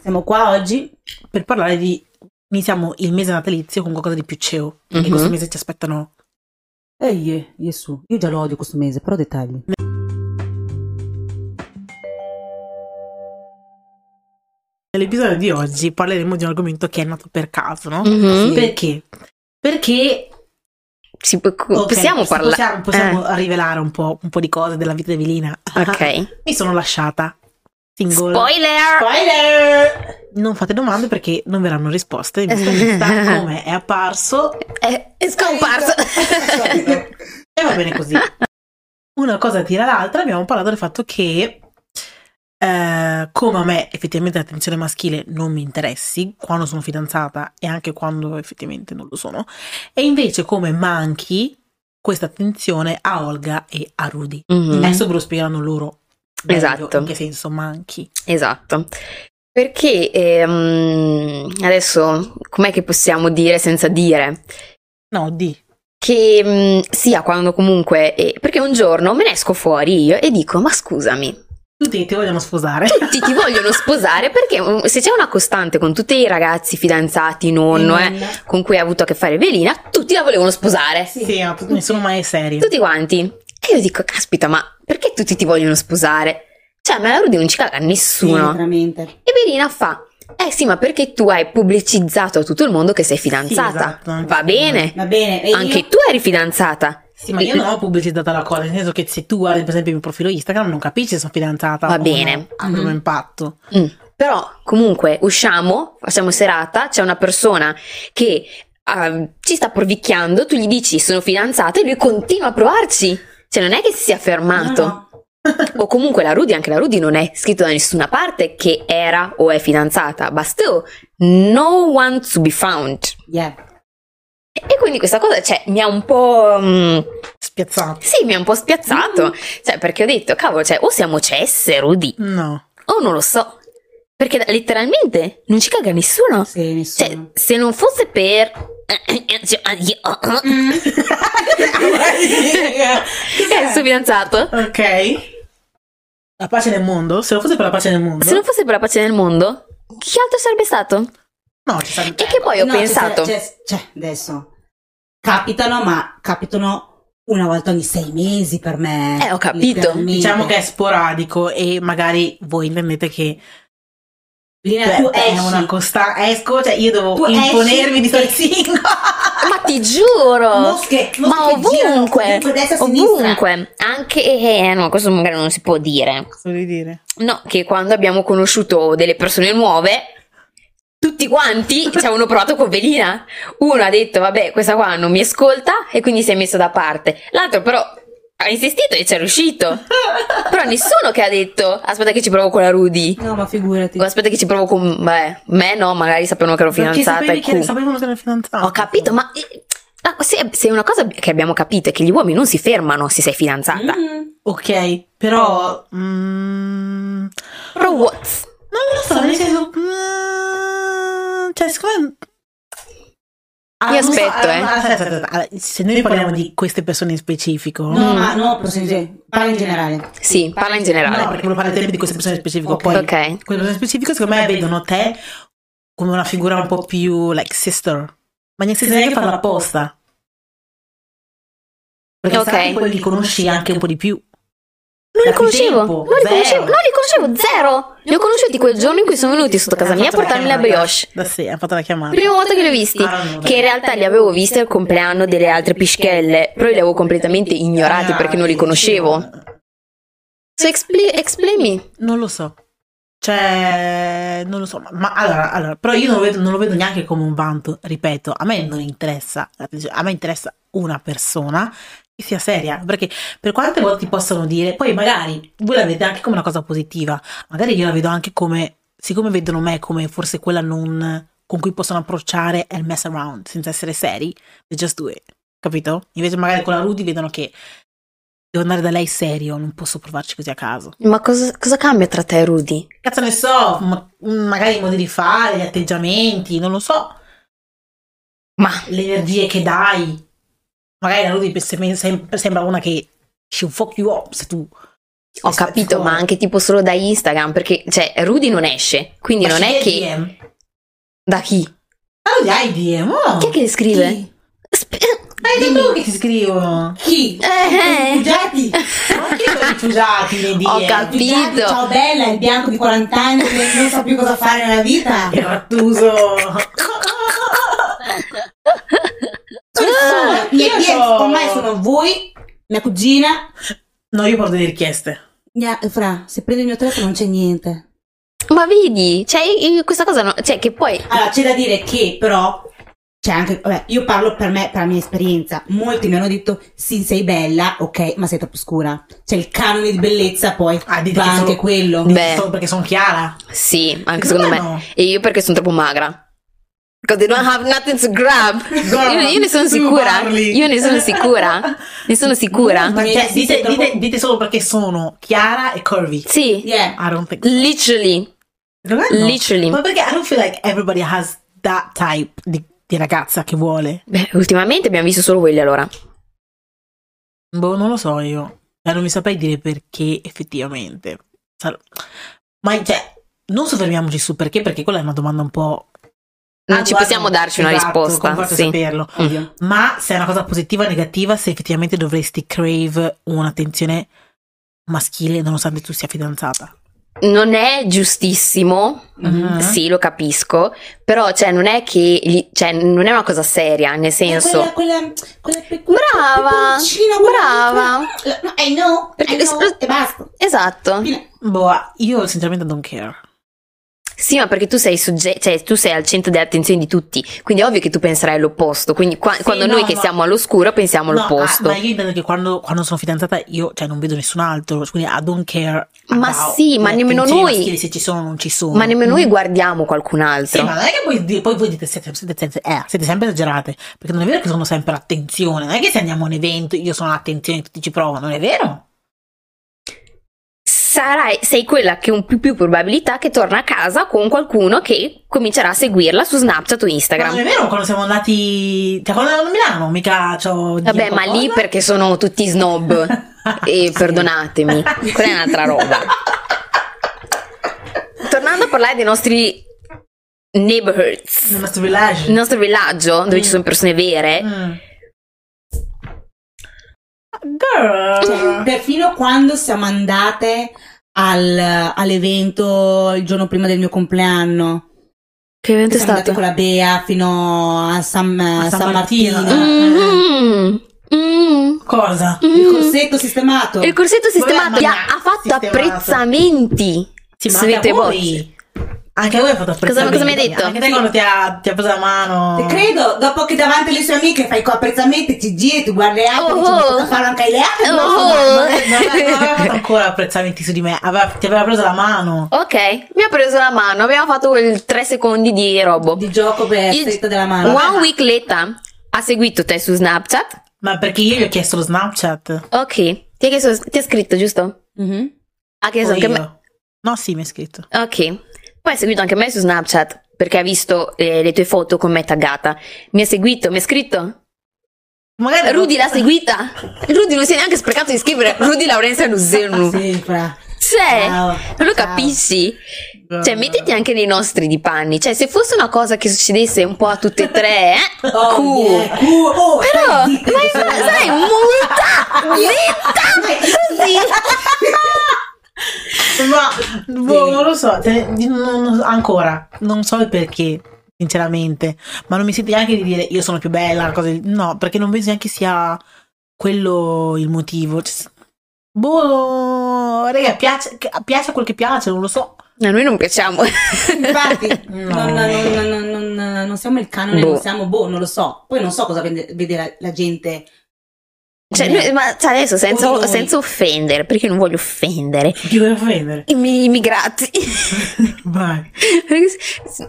[SPEAKER 3] Siamo qua oggi.
[SPEAKER 2] per parlare di. Iniziamo il mese natalizio con qualcosa di più ceo. Perché
[SPEAKER 1] Mhm.
[SPEAKER 2] questo mese ci aspettano.
[SPEAKER 3] Ehi, Gesù, Eh, io già lo odio questo mese, però dettagli.
[SPEAKER 2] Nell'episodio di oggi parleremo di un argomento che è nato per caso, no?
[SPEAKER 1] Mhm.
[SPEAKER 2] Perché? Perché
[SPEAKER 1] Si può-
[SPEAKER 2] ok,
[SPEAKER 1] possiamo
[SPEAKER 2] ci
[SPEAKER 1] parlare.
[SPEAKER 2] Possiamo, possiamo rivelare un po', un po' di cose della vita di Evelina.
[SPEAKER 1] Ok.
[SPEAKER 2] Mi sono lasciata. Single.
[SPEAKER 1] Spoiler!
[SPEAKER 3] Spoiler!
[SPEAKER 2] Non fate domande perché non verranno risposte. In questa lista, come è apparso,
[SPEAKER 1] È, è scomparso.
[SPEAKER 2] e va bene così. Una cosa tira l'altra. Abbiamo parlato del fatto che, eh, come a me effettivamente l'attenzione maschile non mi interessi quando sono fidanzata e anche quando effettivamente non lo sono, e invece come manchi questa attenzione a Olga e a Rudy.
[SPEAKER 1] Mhm.
[SPEAKER 2] Adesso ve lo spiegheranno loro. meglio
[SPEAKER 1] Esatto.
[SPEAKER 2] In che senso manchi?
[SPEAKER 1] Esatto. Perché ehm, adesso com'è che possiamo dire senza dire?
[SPEAKER 2] No, di.
[SPEAKER 1] Che mm, sia quando comunque. eh, perché un giorno me ne esco fuori io e dico: Ma scusami,
[SPEAKER 2] Tutti ti vogliono sposare.
[SPEAKER 1] tutti ti vogliono sposare perché mm, se c'è una costante con tutti i ragazzi, fidanzati,
[SPEAKER 2] Mm.
[SPEAKER 1] nonno, eh, con cui ha avuto a che fare Velina, tutti la volevano sposare.
[SPEAKER 2] Sì, ma tu- nessuno mai è serio.
[SPEAKER 1] tutti quanti. E io dico, caspita, ma perché tutti ti vogliono sposare? Cioè, ma la Rudy non ci caga nessuno.
[SPEAKER 3] veramente.
[SPEAKER 1] e Verina fa, eh sì, ma perché tu hai pubblicizzato a tutto il mondo che sei fidanzata.
[SPEAKER 2] Sì, esatto.
[SPEAKER 1] Va bene,
[SPEAKER 3] Va bene, e io-
[SPEAKER 1] anche tu eri fidanzata.
[SPEAKER 2] Sì, ma io non ho pubblicizzato la cosa, nel senso che se tu guardi per esempio il mio profilo Instagram non capisci se sono fidanzata
[SPEAKER 1] Va
[SPEAKER 2] o
[SPEAKER 1] bene.
[SPEAKER 2] no, ha il primo
[SPEAKER 3] Mhm.
[SPEAKER 2] impatto.
[SPEAKER 1] Mm. Però comunque usciamo, facciamo serata, c'è una persona che ah, ci sta provicchiando, tu gli dici sono fidanzata e lui continua a provarci. Cioè non è che si sia fermato.
[SPEAKER 3] No, no.
[SPEAKER 1] O comunque la Rudy, anche la Rudy non è scritto da nessuna parte che era o è fidanzata, but still no one to be found.
[SPEAKER 3] Yeah.
[SPEAKER 1] E quindi questa cosa cioè, mi ha un po'. mm,
[SPEAKER 2] Spiazzato.
[SPEAKER 1] sì, mi ha un po' spiazzato.
[SPEAKER 3] Mm-hmm.
[SPEAKER 1] Cioè, perché ho detto, cavolo, cioè, o siamo cesse, Rudy,
[SPEAKER 2] No.
[SPEAKER 1] o non lo so. Perché letteralmente non ci caga nessuno.
[SPEAKER 3] Sì,
[SPEAKER 1] Cioè,
[SPEAKER 3] nessuno.
[SPEAKER 1] se non fosse per.
[SPEAKER 3] Mm.
[SPEAKER 1] È il suo fidanzato.
[SPEAKER 2] ok. La pace nel mondo? Se non fosse per la pace nel mondo?
[SPEAKER 1] Se non fosse per la pace nel mondo, chi altro sarebbe stato?
[SPEAKER 2] No, ci sarebbe...
[SPEAKER 1] E che poi ho
[SPEAKER 3] No,
[SPEAKER 1] pensato.
[SPEAKER 3] Cioè, cioè- cioè, adesso capitano, ma capitano una volta ogni sei mesi per me.
[SPEAKER 1] Eh, ho capito. Cioè,
[SPEAKER 3] letteralmente.
[SPEAKER 2] Diciamo che è sporadico e magari voi intendete che
[SPEAKER 3] Lina,
[SPEAKER 2] beh,
[SPEAKER 3] Eh, tu
[SPEAKER 2] è
[SPEAKER 3] esci.
[SPEAKER 2] una costa esco, cioè io devo
[SPEAKER 3] Tu esci
[SPEAKER 2] imponervi di stare
[SPEAKER 3] e-
[SPEAKER 2] single.
[SPEAKER 1] Ma ti giuro!
[SPEAKER 3] Mosche, mosche
[SPEAKER 1] Ma
[SPEAKER 3] ah, che girano
[SPEAKER 1] ovunque,
[SPEAKER 3] comunque, destra, sinistra.
[SPEAKER 1] ovunque, anche, eh, no, questo magari non si può dire.
[SPEAKER 2] Cosa vuoi dire?
[SPEAKER 1] No, che quando abbiamo conosciuto delle persone nuove, tutti quanti ci avevano provato con Velina. Uno ha detto, vabbè, questa qua non mi ascolta e quindi si è messo da parte. L'altro però Ha insistito e ci è riuscito. Però nessuno che ha detto aspetta che ci provo con la Rudy.
[SPEAKER 3] No, ma figurati.
[SPEAKER 1] O aspetta che ci provo con beh, me no, magari sapevano che ero
[SPEAKER 2] Perché
[SPEAKER 1] fidanzata
[SPEAKER 2] sapevi
[SPEAKER 1] e
[SPEAKER 2] che
[SPEAKER 1] cu.
[SPEAKER 2] sapevano che era fidanzata.
[SPEAKER 1] Ho capito, ma eh, ah, se, se una cosa che abbiamo capito è che gli uomini non si fermano se sei fidanzata.
[SPEAKER 3] Mm.
[SPEAKER 2] Ok, però... mm,
[SPEAKER 1] Però what?
[SPEAKER 2] Non lo so, nel senso... mm, Cioè, siccome... Ah,
[SPEAKER 1] Io
[SPEAKER 2] non so,
[SPEAKER 1] aspetto,
[SPEAKER 2] allora,
[SPEAKER 1] eh.
[SPEAKER 2] aspetta, aspetta, aspetta. Allora, Se noi parliamo di queste persone in specifico...
[SPEAKER 3] No, ma no, però sì, sì, parla in generale.
[SPEAKER 1] Mm. Sì, parla in
[SPEAKER 2] No,
[SPEAKER 1] generale.
[SPEAKER 2] perché volevo parlare di queste persone in specifico.
[SPEAKER 3] Ok.
[SPEAKER 2] Poi,
[SPEAKER 1] Ok.
[SPEAKER 2] quelle persone in specifico, secondo me, vedono te come una figura un po' più like sister. Ma neanche senza neanche farla apposta. Perché
[SPEAKER 1] Ok.
[SPEAKER 2] sai che quelli li conosci anche un po' di più.
[SPEAKER 1] Non li
[SPEAKER 2] Da più
[SPEAKER 1] conoscevo,
[SPEAKER 2] tempo,
[SPEAKER 1] non li
[SPEAKER 2] zero.
[SPEAKER 1] conoscevo, non li conoscevo, zero. Li ho conosciuti quel giorno in cui sono venuti sotto casa mia a portarmi la brioche.
[SPEAKER 2] Da sì, ha fatto la chiamata.
[SPEAKER 1] Prima volta che li ho visti. Che in realtà li avevo visti al compleanno delle altre pischelle, però li avevo completamente ignorati perché non li conoscevo. So expli- explain me.
[SPEAKER 2] Non lo so. Cioè, non lo so, ma, ma allora, allora, però io non lo, vedo, non lo vedo neanche come un vanto, ripeto, a me non interessa, attenzione, a me interessa una persona che sia seria, perché per quante volte ti possono dire, poi magari voi la vedete anche come una cosa positiva, magari io la vedo anche come, siccome vedono me come forse quella non, con cui possono approcciare e mess around, senza essere seri, they just do it, capito? Invece magari con la Rudy vedono che devo andare da lei serio, non posso provarci così a caso.
[SPEAKER 1] Ma cosa, cosa cambia tra te e Rudy?
[SPEAKER 2] Cazzo ne so, ma- mm, magari i modi di fare, gli atteggiamenti, non lo so,
[SPEAKER 1] Ma
[SPEAKER 2] le energie che dai. Magari la Rudy sem- sem- sembra una che she'll fuck you up se tu...
[SPEAKER 1] ho capito, ma anche tipo solo da Instagram, perché cioè Rudy non esce, quindi non è che...
[SPEAKER 2] DM.
[SPEAKER 1] Da chi?
[SPEAKER 2] Allora hai DM, oh.
[SPEAKER 1] Chi è che le scrive? Sp-
[SPEAKER 2] Hai detto tu che ti scrivono.
[SPEAKER 3] Chi?
[SPEAKER 1] Eh, eh.
[SPEAKER 3] Giugiati.
[SPEAKER 2] Ma chi sono i rifugiati nei DM?
[SPEAKER 1] Ho capito.
[SPEAKER 3] Giugiati, Ciao bella, il bianco di 40 anni che non sa più cosa fare nella vita.
[SPEAKER 2] Che rattuso.
[SPEAKER 3] Sono-
[SPEAKER 2] io
[SPEAKER 3] Io, io
[SPEAKER 2] so.
[SPEAKER 3] ormai sono voi, mia cugina.
[SPEAKER 2] no, io porto delle richieste.
[SPEAKER 3] mia- fra, se prendo il mio telefono non c'è niente.
[SPEAKER 1] Ma vedi, cioè io- questa cosa, no- cioè che poi...
[SPEAKER 3] Allora, c'è da dire che però c'è anche, vabbè, io parlo per me, per la mia esperienza. Molti mi hanno detto "Sì, sei bella, ok, ma sei troppo scura". C'è il canone di bellezza poi.
[SPEAKER 2] Ah, dite
[SPEAKER 3] va
[SPEAKER 2] che sono-
[SPEAKER 3] anche quello.
[SPEAKER 1] Beh.
[SPEAKER 2] Solo perché sono Chiara.
[SPEAKER 1] Sì, anche secondo me.
[SPEAKER 2] No.
[SPEAKER 1] E io perché sono troppo magra. Because they don't have nothing to grab.
[SPEAKER 2] Girl,
[SPEAKER 1] Io, io ne sono
[SPEAKER 2] tu
[SPEAKER 1] sicura.
[SPEAKER 2] parli.
[SPEAKER 1] Io ne sono sicura. Ne sono sicura.
[SPEAKER 2] Ma
[SPEAKER 3] Mi
[SPEAKER 2] cioè,
[SPEAKER 3] resisto
[SPEAKER 2] dite,
[SPEAKER 3] troppo-
[SPEAKER 2] dite- dite solo perché sono Chiara e Curvy.
[SPEAKER 1] Sì.
[SPEAKER 3] Yeah.
[SPEAKER 2] I don't think
[SPEAKER 1] Literally.
[SPEAKER 2] Secondo me no.
[SPEAKER 1] Literally.
[SPEAKER 2] Ma perché I don't feel like everybody has that type di, di ragazza che vuole.
[SPEAKER 1] Beh, ultimamente abbiamo visto solo quelli allora.
[SPEAKER 2] Boh, non lo so io. Cioè, non mi saprei dire perché effettivamente. Sar- Ma cioè, non soffermiamoci su perché, perché quella è una domanda un po'.
[SPEAKER 1] Non
[SPEAKER 2] Ah,
[SPEAKER 1] ci
[SPEAKER 2] guarda,
[SPEAKER 1] possiamo darci una
[SPEAKER 2] esatto,
[SPEAKER 1] risposta.
[SPEAKER 2] conforto
[SPEAKER 1] Sì. Mm.
[SPEAKER 2] saperlo.
[SPEAKER 3] Ovvio.
[SPEAKER 2] Ma se è una cosa positiva o negativa, se effettivamente dovresti crave un'attenzione maschile nonostante tu sia fidanzata.
[SPEAKER 1] Non è giustissimo.
[SPEAKER 2] Mhm.
[SPEAKER 1] Sì, lo capisco. Però, cioè, non è che. gli- cioè, non è una cosa seria, nel
[SPEAKER 3] Eh,
[SPEAKER 1] senso.
[SPEAKER 3] Quella, quella, quella pe-
[SPEAKER 1] Brava,
[SPEAKER 3] peperoncina, quella-
[SPEAKER 1] brava.
[SPEAKER 3] No, I know,
[SPEAKER 1] Perché-
[SPEAKER 3] I know, e basta.
[SPEAKER 1] Esatto.
[SPEAKER 3] Fine.
[SPEAKER 2] Boh, io sinceramente don't care.
[SPEAKER 1] Sì, ma perché tu sei sogge- cioè tu sei al centro delle attenzioni di tutti, quindi è ovvio che tu penserai all'opposto. Quindi qua-
[SPEAKER 2] Sì,
[SPEAKER 1] quando
[SPEAKER 2] no,
[SPEAKER 1] noi che
[SPEAKER 2] ma-
[SPEAKER 1] siamo all'oscuro pensiamo
[SPEAKER 2] No,
[SPEAKER 1] all'opposto.
[SPEAKER 2] ah, ma io intendo che quando, quando sono fidanzata io cioè, non vedo nessun altro, quindi I don't care.
[SPEAKER 1] Ma
[SPEAKER 2] about
[SPEAKER 1] sì,
[SPEAKER 2] le
[SPEAKER 1] ma nemmeno
[SPEAKER 2] attenzioni
[SPEAKER 1] noi.
[SPEAKER 2] maschili, Se ci sono o non ci sono. Mm.
[SPEAKER 1] Ma nemmeno noi guardiamo qualcun
[SPEAKER 2] Sì,
[SPEAKER 1] altro.
[SPEAKER 2] ma non è che poi, di- poi voi dite siete, siete- siete- eh, siete sempre esagerate, perché non è vero che sono sempre attenzione, non è che se andiamo a un evento io sono attenzione tutti ci provano, non è vero?
[SPEAKER 1] Sarai, sei quella che un più più probabilità che torna a casa con qualcuno che comincerà a seguirla su Snapchat o
[SPEAKER 2] Ma non
[SPEAKER 1] Instagram.
[SPEAKER 2] è vero quando siamo andati, cioè quando andavo a Milano, mica c'ho
[SPEAKER 1] Vabbè, ma lì perché sono tutti snob. E perdonatemi, quella è un'altra roba. Tornando a parlare dei nostri neighborhoods.
[SPEAKER 2] Nel nostro village.
[SPEAKER 1] il nostro villaggio dove
[SPEAKER 2] Mm.
[SPEAKER 1] ci sono persone vere
[SPEAKER 2] Mm.
[SPEAKER 3] Cioè,
[SPEAKER 2] Girl.
[SPEAKER 3] perfino quando siamo andate al- all'evento il giorno prima del mio compleanno,
[SPEAKER 1] che evento
[SPEAKER 3] siamo andate con la Bea fino a San,
[SPEAKER 2] A San
[SPEAKER 3] San Martino.
[SPEAKER 2] Martino.
[SPEAKER 1] Mm. Mm.
[SPEAKER 2] Cosa?
[SPEAKER 1] Mm.
[SPEAKER 3] Il corsetto sistemato.
[SPEAKER 1] il corsetto sistemato
[SPEAKER 2] Vabbè, ma-
[SPEAKER 1] ha fatto
[SPEAKER 2] sistemato.
[SPEAKER 1] apprezzamenti
[SPEAKER 2] Sì, ma
[SPEAKER 1] Siete
[SPEAKER 2] anche a
[SPEAKER 1] voi.
[SPEAKER 2] voi. Anche voi fatto apprezzamento.
[SPEAKER 1] cosa mi hai detto?
[SPEAKER 2] Anche te quando ti ha, ti ha preso la mano.
[SPEAKER 3] Te credo, dopo che davanti alle sue amiche fai apprezzamenti, ti giri, ti guardi le altre,
[SPEAKER 1] Oh.
[SPEAKER 3] dici, "Mi tocca farlo anche alle altre. no?"
[SPEAKER 1] Oh.
[SPEAKER 2] Non aveva non aveva fatto ancora apprezzamenti su di me, aveva- ti aveva preso la mano.
[SPEAKER 1] Ok, mi ha preso la mano, abbiamo fatto quel 3 secondi di robo.
[SPEAKER 3] Di gioco per
[SPEAKER 1] Il-
[SPEAKER 3] stretta della mano.
[SPEAKER 1] One week later ha seguito te su Snapchat.
[SPEAKER 2] Ma perché io gli ho chiesto lo Snapchat.
[SPEAKER 1] Ok, ti ha, chiesto- ti ha scritto, giusto?
[SPEAKER 3] Mhm.
[SPEAKER 1] Ha
[SPEAKER 2] Poi
[SPEAKER 1] chiesto anche me.
[SPEAKER 2] io. No, sì, mi ha scritto.
[SPEAKER 1] Ok, poi ha seguito anche me su Snapchat perché ha visto eh, le tue foto con me taggata. Mi ha seguito, mi ha scritto.
[SPEAKER 2] Magari
[SPEAKER 1] Rudy l'ha seguita. Rudy non si è neanche sprecato di scrivere Rudy Laurenza Luzernu.
[SPEAKER 3] Ah, Sì, Ah, fra.
[SPEAKER 1] Cioè,
[SPEAKER 3] Ciao.
[SPEAKER 1] non lo
[SPEAKER 3] Ciao.
[SPEAKER 1] capisci? Cioè, mettiti anche nei nostri di panni. Cioè, se fosse una cosa che succedesse un po' a tutte e tre, eh?
[SPEAKER 3] Oh,
[SPEAKER 1] cool.
[SPEAKER 3] yeah, cool. Oh,
[SPEAKER 1] Però,
[SPEAKER 3] stai zitta,
[SPEAKER 1] ma
[SPEAKER 3] che sono-
[SPEAKER 1] sai, muta, zitta, così.
[SPEAKER 2] Ma boh, non lo so, te- non- non- ancora non so il perché, sinceramente. Ma non mi sento neanche di dire io sono più bella, cose- no, perché non penso neanche sia quello il motivo. Cioè, s- boh, raga, piace, che- piace quel che piace, non lo so.
[SPEAKER 1] A noi non piacciamo.
[SPEAKER 3] Infatti,
[SPEAKER 2] No.
[SPEAKER 3] non, non- non- non- non siamo il canone,
[SPEAKER 1] Boh.
[SPEAKER 3] non siamo boh, non lo so. Poi non so cosa vede, vede la, la gente.
[SPEAKER 1] Cioè,
[SPEAKER 3] Come-
[SPEAKER 1] noi- ma cioè, adesso,
[SPEAKER 3] Ognuno
[SPEAKER 1] senza,
[SPEAKER 3] di noi.
[SPEAKER 1] senza offendere, perché non voglio offendere
[SPEAKER 2] Chi vuole offendere?
[SPEAKER 1] i miei immigrati.
[SPEAKER 2] Vai.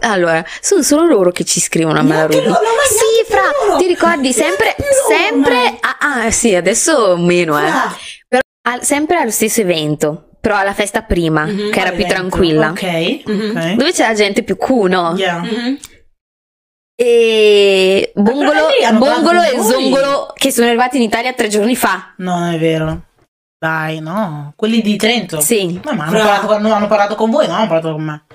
[SPEAKER 1] Allora, sono solo loro che ci scrivono a
[SPEAKER 3] Neanche
[SPEAKER 1] Mala Rudy.
[SPEAKER 3] loro, ma
[SPEAKER 1] Sì,
[SPEAKER 3] neanche
[SPEAKER 1] fra,
[SPEAKER 3] loro.
[SPEAKER 1] ti ricordi sempre,
[SPEAKER 3] Neanche loro,
[SPEAKER 1] sempre. Ah, ah, sì, adesso meno, eh.
[SPEAKER 3] Fra,
[SPEAKER 1] Al- sempre allo stesso evento, però alla festa prima,
[SPEAKER 3] Mhm,
[SPEAKER 1] che era più
[SPEAKER 2] Evento.
[SPEAKER 1] tranquilla.
[SPEAKER 2] Ok.
[SPEAKER 1] Mm-hmm.
[SPEAKER 3] Mhm.
[SPEAKER 2] ok.
[SPEAKER 1] Dove c'era gente più cuno.
[SPEAKER 2] Yeah.
[SPEAKER 3] Mhm.
[SPEAKER 1] E
[SPEAKER 2] però
[SPEAKER 1] Bongolo,
[SPEAKER 2] lì hanno
[SPEAKER 1] Bongolo
[SPEAKER 2] parlato
[SPEAKER 1] e
[SPEAKER 2] voi.
[SPEAKER 1] Zongolo che sono arrivati in Italia tre giorni fa.
[SPEAKER 2] No, non è vero. Dai, no. Quelli di Trento.
[SPEAKER 1] Sì,
[SPEAKER 2] No, ma hanno
[SPEAKER 3] Fra-
[SPEAKER 2] parlato, hanno- hanno parlato con voi, no? Hanno parlato con me.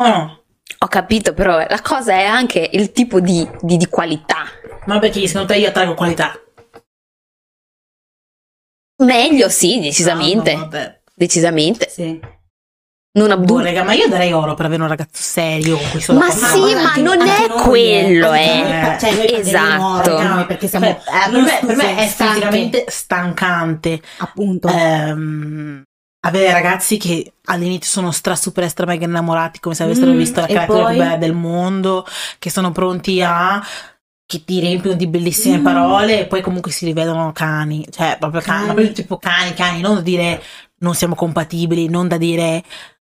[SPEAKER 2] Oh no.
[SPEAKER 1] ho capito, però la cosa è anche il tipo di, di- di qualità.
[SPEAKER 2] Ma perché secondo te io attraggo qualità?
[SPEAKER 1] Meglio, sì, decisamente.
[SPEAKER 2] No, no, vabbè.
[SPEAKER 1] Decisamente.
[SPEAKER 3] Sì.
[SPEAKER 1] Non
[SPEAKER 2] Boh,
[SPEAKER 1] abdurre.
[SPEAKER 2] raga, ma io darei oro per avere un ragazzo serio con cui sono
[SPEAKER 1] Ma
[SPEAKER 2] con-
[SPEAKER 1] sì, ma
[SPEAKER 3] anche-
[SPEAKER 1] non
[SPEAKER 3] anche
[SPEAKER 1] è
[SPEAKER 3] noi,
[SPEAKER 1] quello,
[SPEAKER 3] anche
[SPEAKER 2] eh.
[SPEAKER 3] noi, Cioè, noi parleremo
[SPEAKER 1] Esatto.
[SPEAKER 3] ora, noi, perché siamo
[SPEAKER 2] Cioè, eh, per, me, per me è Eh, effettivamente stancante
[SPEAKER 3] appunto.
[SPEAKER 2] ehm, avere ragazzi che all'inizio sono stra super extra mega innamorati come se avessero
[SPEAKER 3] Mm,
[SPEAKER 2] visto la
[SPEAKER 3] e
[SPEAKER 2] creatura
[SPEAKER 3] poi?
[SPEAKER 2] più bella del mondo, che sono pronti a che ti riempiono di bellissime
[SPEAKER 3] Mm.
[SPEAKER 2] parole e poi comunque si rivedono cani, cioè proprio cani,
[SPEAKER 3] Cani.
[SPEAKER 2] ma proprio tipo cani, cani, non da dire non siamo compatibili, non da dire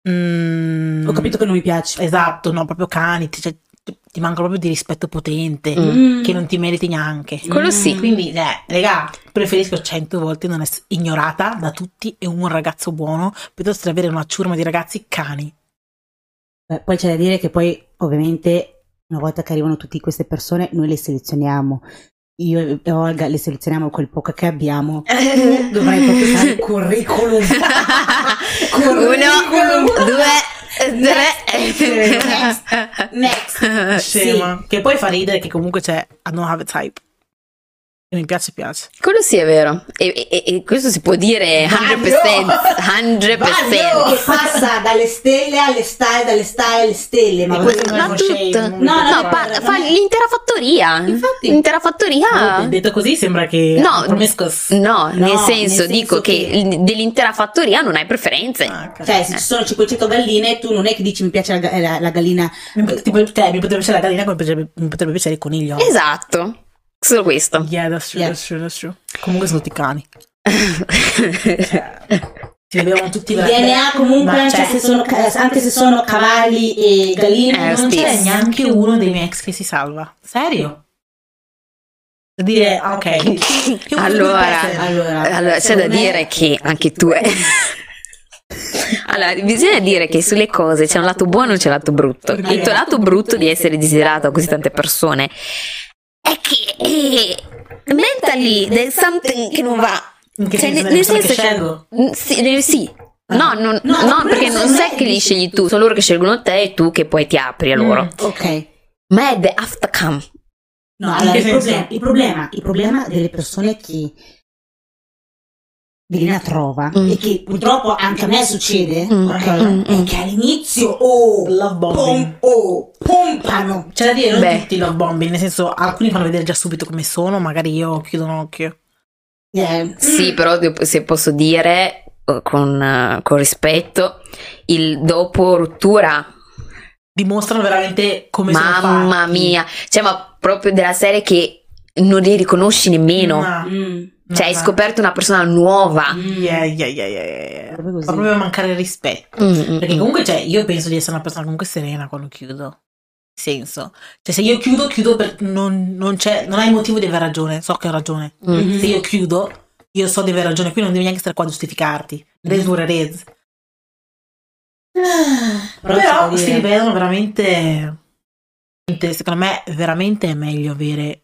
[SPEAKER 2] mm,
[SPEAKER 3] Ho capito che non mi piace.
[SPEAKER 2] Esatto, no, proprio cani, ti, cioè, ti- ti manca proprio di rispetto potente,
[SPEAKER 1] Mm.
[SPEAKER 2] che non ti meriti neanche.
[SPEAKER 1] Quello sì.
[SPEAKER 2] Quindi, eh, regà, preferisco cento volte non essere ignorata da tutti e un ragazzo buono, piuttosto che avere una ciurma di ragazzi cani.
[SPEAKER 3] Beh, Eh, Poi c'è da dire che poi, ovviamente, una volta che arrivano tutte queste persone, noi le selezioniamo. Io e Olga le selezioniamo col poco che abbiamo.
[SPEAKER 1] Eh.
[SPEAKER 3] Tu dovrai proprio fare il curriculum.
[SPEAKER 1] Uno,
[SPEAKER 3] Curriculum.
[SPEAKER 1] due,
[SPEAKER 3] Next.
[SPEAKER 1] tre.
[SPEAKER 3] Next.
[SPEAKER 2] Eh, Scema. Che poi fa ridere che comunque c'è I don't have a type. E mi piace, piace.
[SPEAKER 1] Quello sì è vero. E, e- e questo si può dire 100%. 100%.
[SPEAKER 2] Vaglio!
[SPEAKER 3] Che passa dalle stelle alle stelle, dalle stelle alle stelle. Ma
[SPEAKER 2] E questo
[SPEAKER 3] voi-
[SPEAKER 2] non è
[SPEAKER 1] Ma
[SPEAKER 2] uno
[SPEAKER 1] tutto.
[SPEAKER 2] shame,
[SPEAKER 1] No,
[SPEAKER 2] non
[SPEAKER 3] mi
[SPEAKER 1] no, pa-
[SPEAKER 3] preoccupare.
[SPEAKER 1] fa l'intera fattoria.
[SPEAKER 3] Infatti.
[SPEAKER 1] L'intera fattoria.
[SPEAKER 2] Detto così sembra che...
[SPEAKER 1] Ah. No,
[SPEAKER 2] Promiscus.
[SPEAKER 1] No, nel,
[SPEAKER 3] nel
[SPEAKER 1] senso,
[SPEAKER 3] senso
[SPEAKER 1] dico che,
[SPEAKER 3] che-
[SPEAKER 1] il- dell'intera fattoria non hai preferenze.
[SPEAKER 2] Ah, ok.
[SPEAKER 1] eh.
[SPEAKER 3] Cioè, se ci sono 500 galline, tu non è che dici mi piace la, ga- la- la gallina.
[SPEAKER 2] Mi, pot- tipo, cioè, mi potrebbe piacere la gallina come potrebbe- mi potrebbe piacere il coniglio.
[SPEAKER 1] Esatto. Solo questo.
[SPEAKER 2] Yeah, that's true,
[SPEAKER 3] Yeah.
[SPEAKER 2] that's true, that's true. Comunque sono tutti cani. Ci abbiamo tutti
[SPEAKER 3] Il
[SPEAKER 2] veramente-
[SPEAKER 3] DNA comunque,
[SPEAKER 2] Ma,
[SPEAKER 3] cioè,
[SPEAKER 2] cioè,
[SPEAKER 3] se sono ca- anche se sono cavalli e galline,
[SPEAKER 1] Eh,
[SPEAKER 2] non
[SPEAKER 1] stesso.
[SPEAKER 2] c'è neanche uno dei miei ex che si salva. Serio? Per Dire, ah, ok. Che uno
[SPEAKER 1] Eh, Allora,
[SPEAKER 2] dovrebbe essere?
[SPEAKER 3] allora,
[SPEAKER 1] Allora, c'è da
[SPEAKER 3] secondo me-
[SPEAKER 1] dire che anche tu. eh. Allora, bisogna dire che sulle cose c'è un lato buono e c'è un lato brutto. Il tuo lato brutto di essere desiderato da così tante persone è che eh, mentally there's something che non va.
[SPEAKER 2] In che
[SPEAKER 1] Cioè,
[SPEAKER 2] senso?
[SPEAKER 1] nel- nel
[SPEAKER 2] Sono che
[SPEAKER 1] senso che-
[SPEAKER 2] scelgo? Ah.
[SPEAKER 1] Mm, Sì, eh, sì. No, non-
[SPEAKER 3] No,
[SPEAKER 1] no,
[SPEAKER 3] ma
[SPEAKER 1] perché
[SPEAKER 3] non
[SPEAKER 1] non
[SPEAKER 3] so
[SPEAKER 1] sei
[SPEAKER 3] me.
[SPEAKER 1] che li scegli tu, sono loro che scelgono te e tu che poi ti apri a loro.
[SPEAKER 2] Mm.
[SPEAKER 3] Ok.
[SPEAKER 1] Ma è the aftercome.
[SPEAKER 3] No,
[SPEAKER 2] In
[SPEAKER 3] allora,
[SPEAKER 2] che senso?
[SPEAKER 3] il, problema, il, problema, il problema delle persone che Velina trova
[SPEAKER 1] Mm.
[SPEAKER 3] e che purtroppo anche a me succede
[SPEAKER 1] Mm.
[SPEAKER 3] ok,
[SPEAKER 1] Mm.
[SPEAKER 3] è che all'inizio oh,
[SPEAKER 2] Love bombing.
[SPEAKER 3] pom- oh, pompano
[SPEAKER 2] C'è da Cioè, dire, non
[SPEAKER 1] Beh.
[SPEAKER 2] tutti love bombing, nel senso, alcuni fanno vedere già subito come sono, magari io chiudo un occhio.
[SPEAKER 3] Eh,
[SPEAKER 1] Sì,
[SPEAKER 3] mm,
[SPEAKER 1] però de- se posso dire eh, con, eh, con rispetto, il dopo rottura
[SPEAKER 2] dimostrano veramente come sono fatti.
[SPEAKER 1] Mamma mia, cioè, ma proprio della serie che non li riconosci nemmeno.
[SPEAKER 2] No,
[SPEAKER 3] Mm.
[SPEAKER 2] no,
[SPEAKER 1] Cioè, hai
[SPEAKER 2] no.
[SPEAKER 1] scoperto una persona nuova.
[SPEAKER 3] Mm.
[SPEAKER 2] Yeah, yeah, yeah, yeah, yeah.
[SPEAKER 1] Proprio
[SPEAKER 2] Fa
[SPEAKER 1] così.
[SPEAKER 2] proprio mancare il rispetto.
[SPEAKER 1] Mm, mm,
[SPEAKER 2] Perché
[SPEAKER 1] mm.
[SPEAKER 2] comunque, cioè, io penso di essere una persona comunque serena quando chiudo. Senso. Cioè, se io chiudo, chiudo per... Non, non c'è... Non hai motivo di aver ragione. So che ho ragione.
[SPEAKER 3] Mm-hmm.
[SPEAKER 1] Mm.
[SPEAKER 2] Se io chiudo, io so di aver ragione. Qui non devi neanche stare qua a giustificarti. Rez dura rez.
[SPEAKER 3] Però
[SPEAKER 2] Però,
[SPEAKER 3] c'è da
[SPEAKER 2] si
[SPEAKER 3] Ah, dire.
[SPEAKER 2] rivelano veramente... veramente, Secondo me, veramente è meglio avere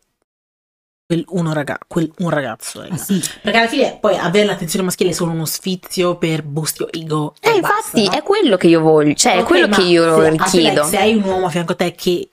[SPEAKER 2] quel uno raga- quel un ragazzo. raga.
[SPEAKER 3] Ah, sì.
[SPEAKER 2] Perché alla fine poi avere l'attenzione maschile è solo uno sfizio per bustio ego.
[SPEAKER 1] Eh,
[SPEAKER 2] e basta,
[SPEAKER 1] infatti,
[SPEAKER 2] no?
[SPEAKER 1] è quello che io voglio, cioè, è
[SPEAKER 2] Ok,
[SPEAKER 1] quello
[SPEAKER 2] ma
[SPEAKER 1] che io
[SPEAKER 2] se- aspetta,
[SPEAKER 1] richiedo.
[SPEAKER 2] Se hai un uomo a fianco a te che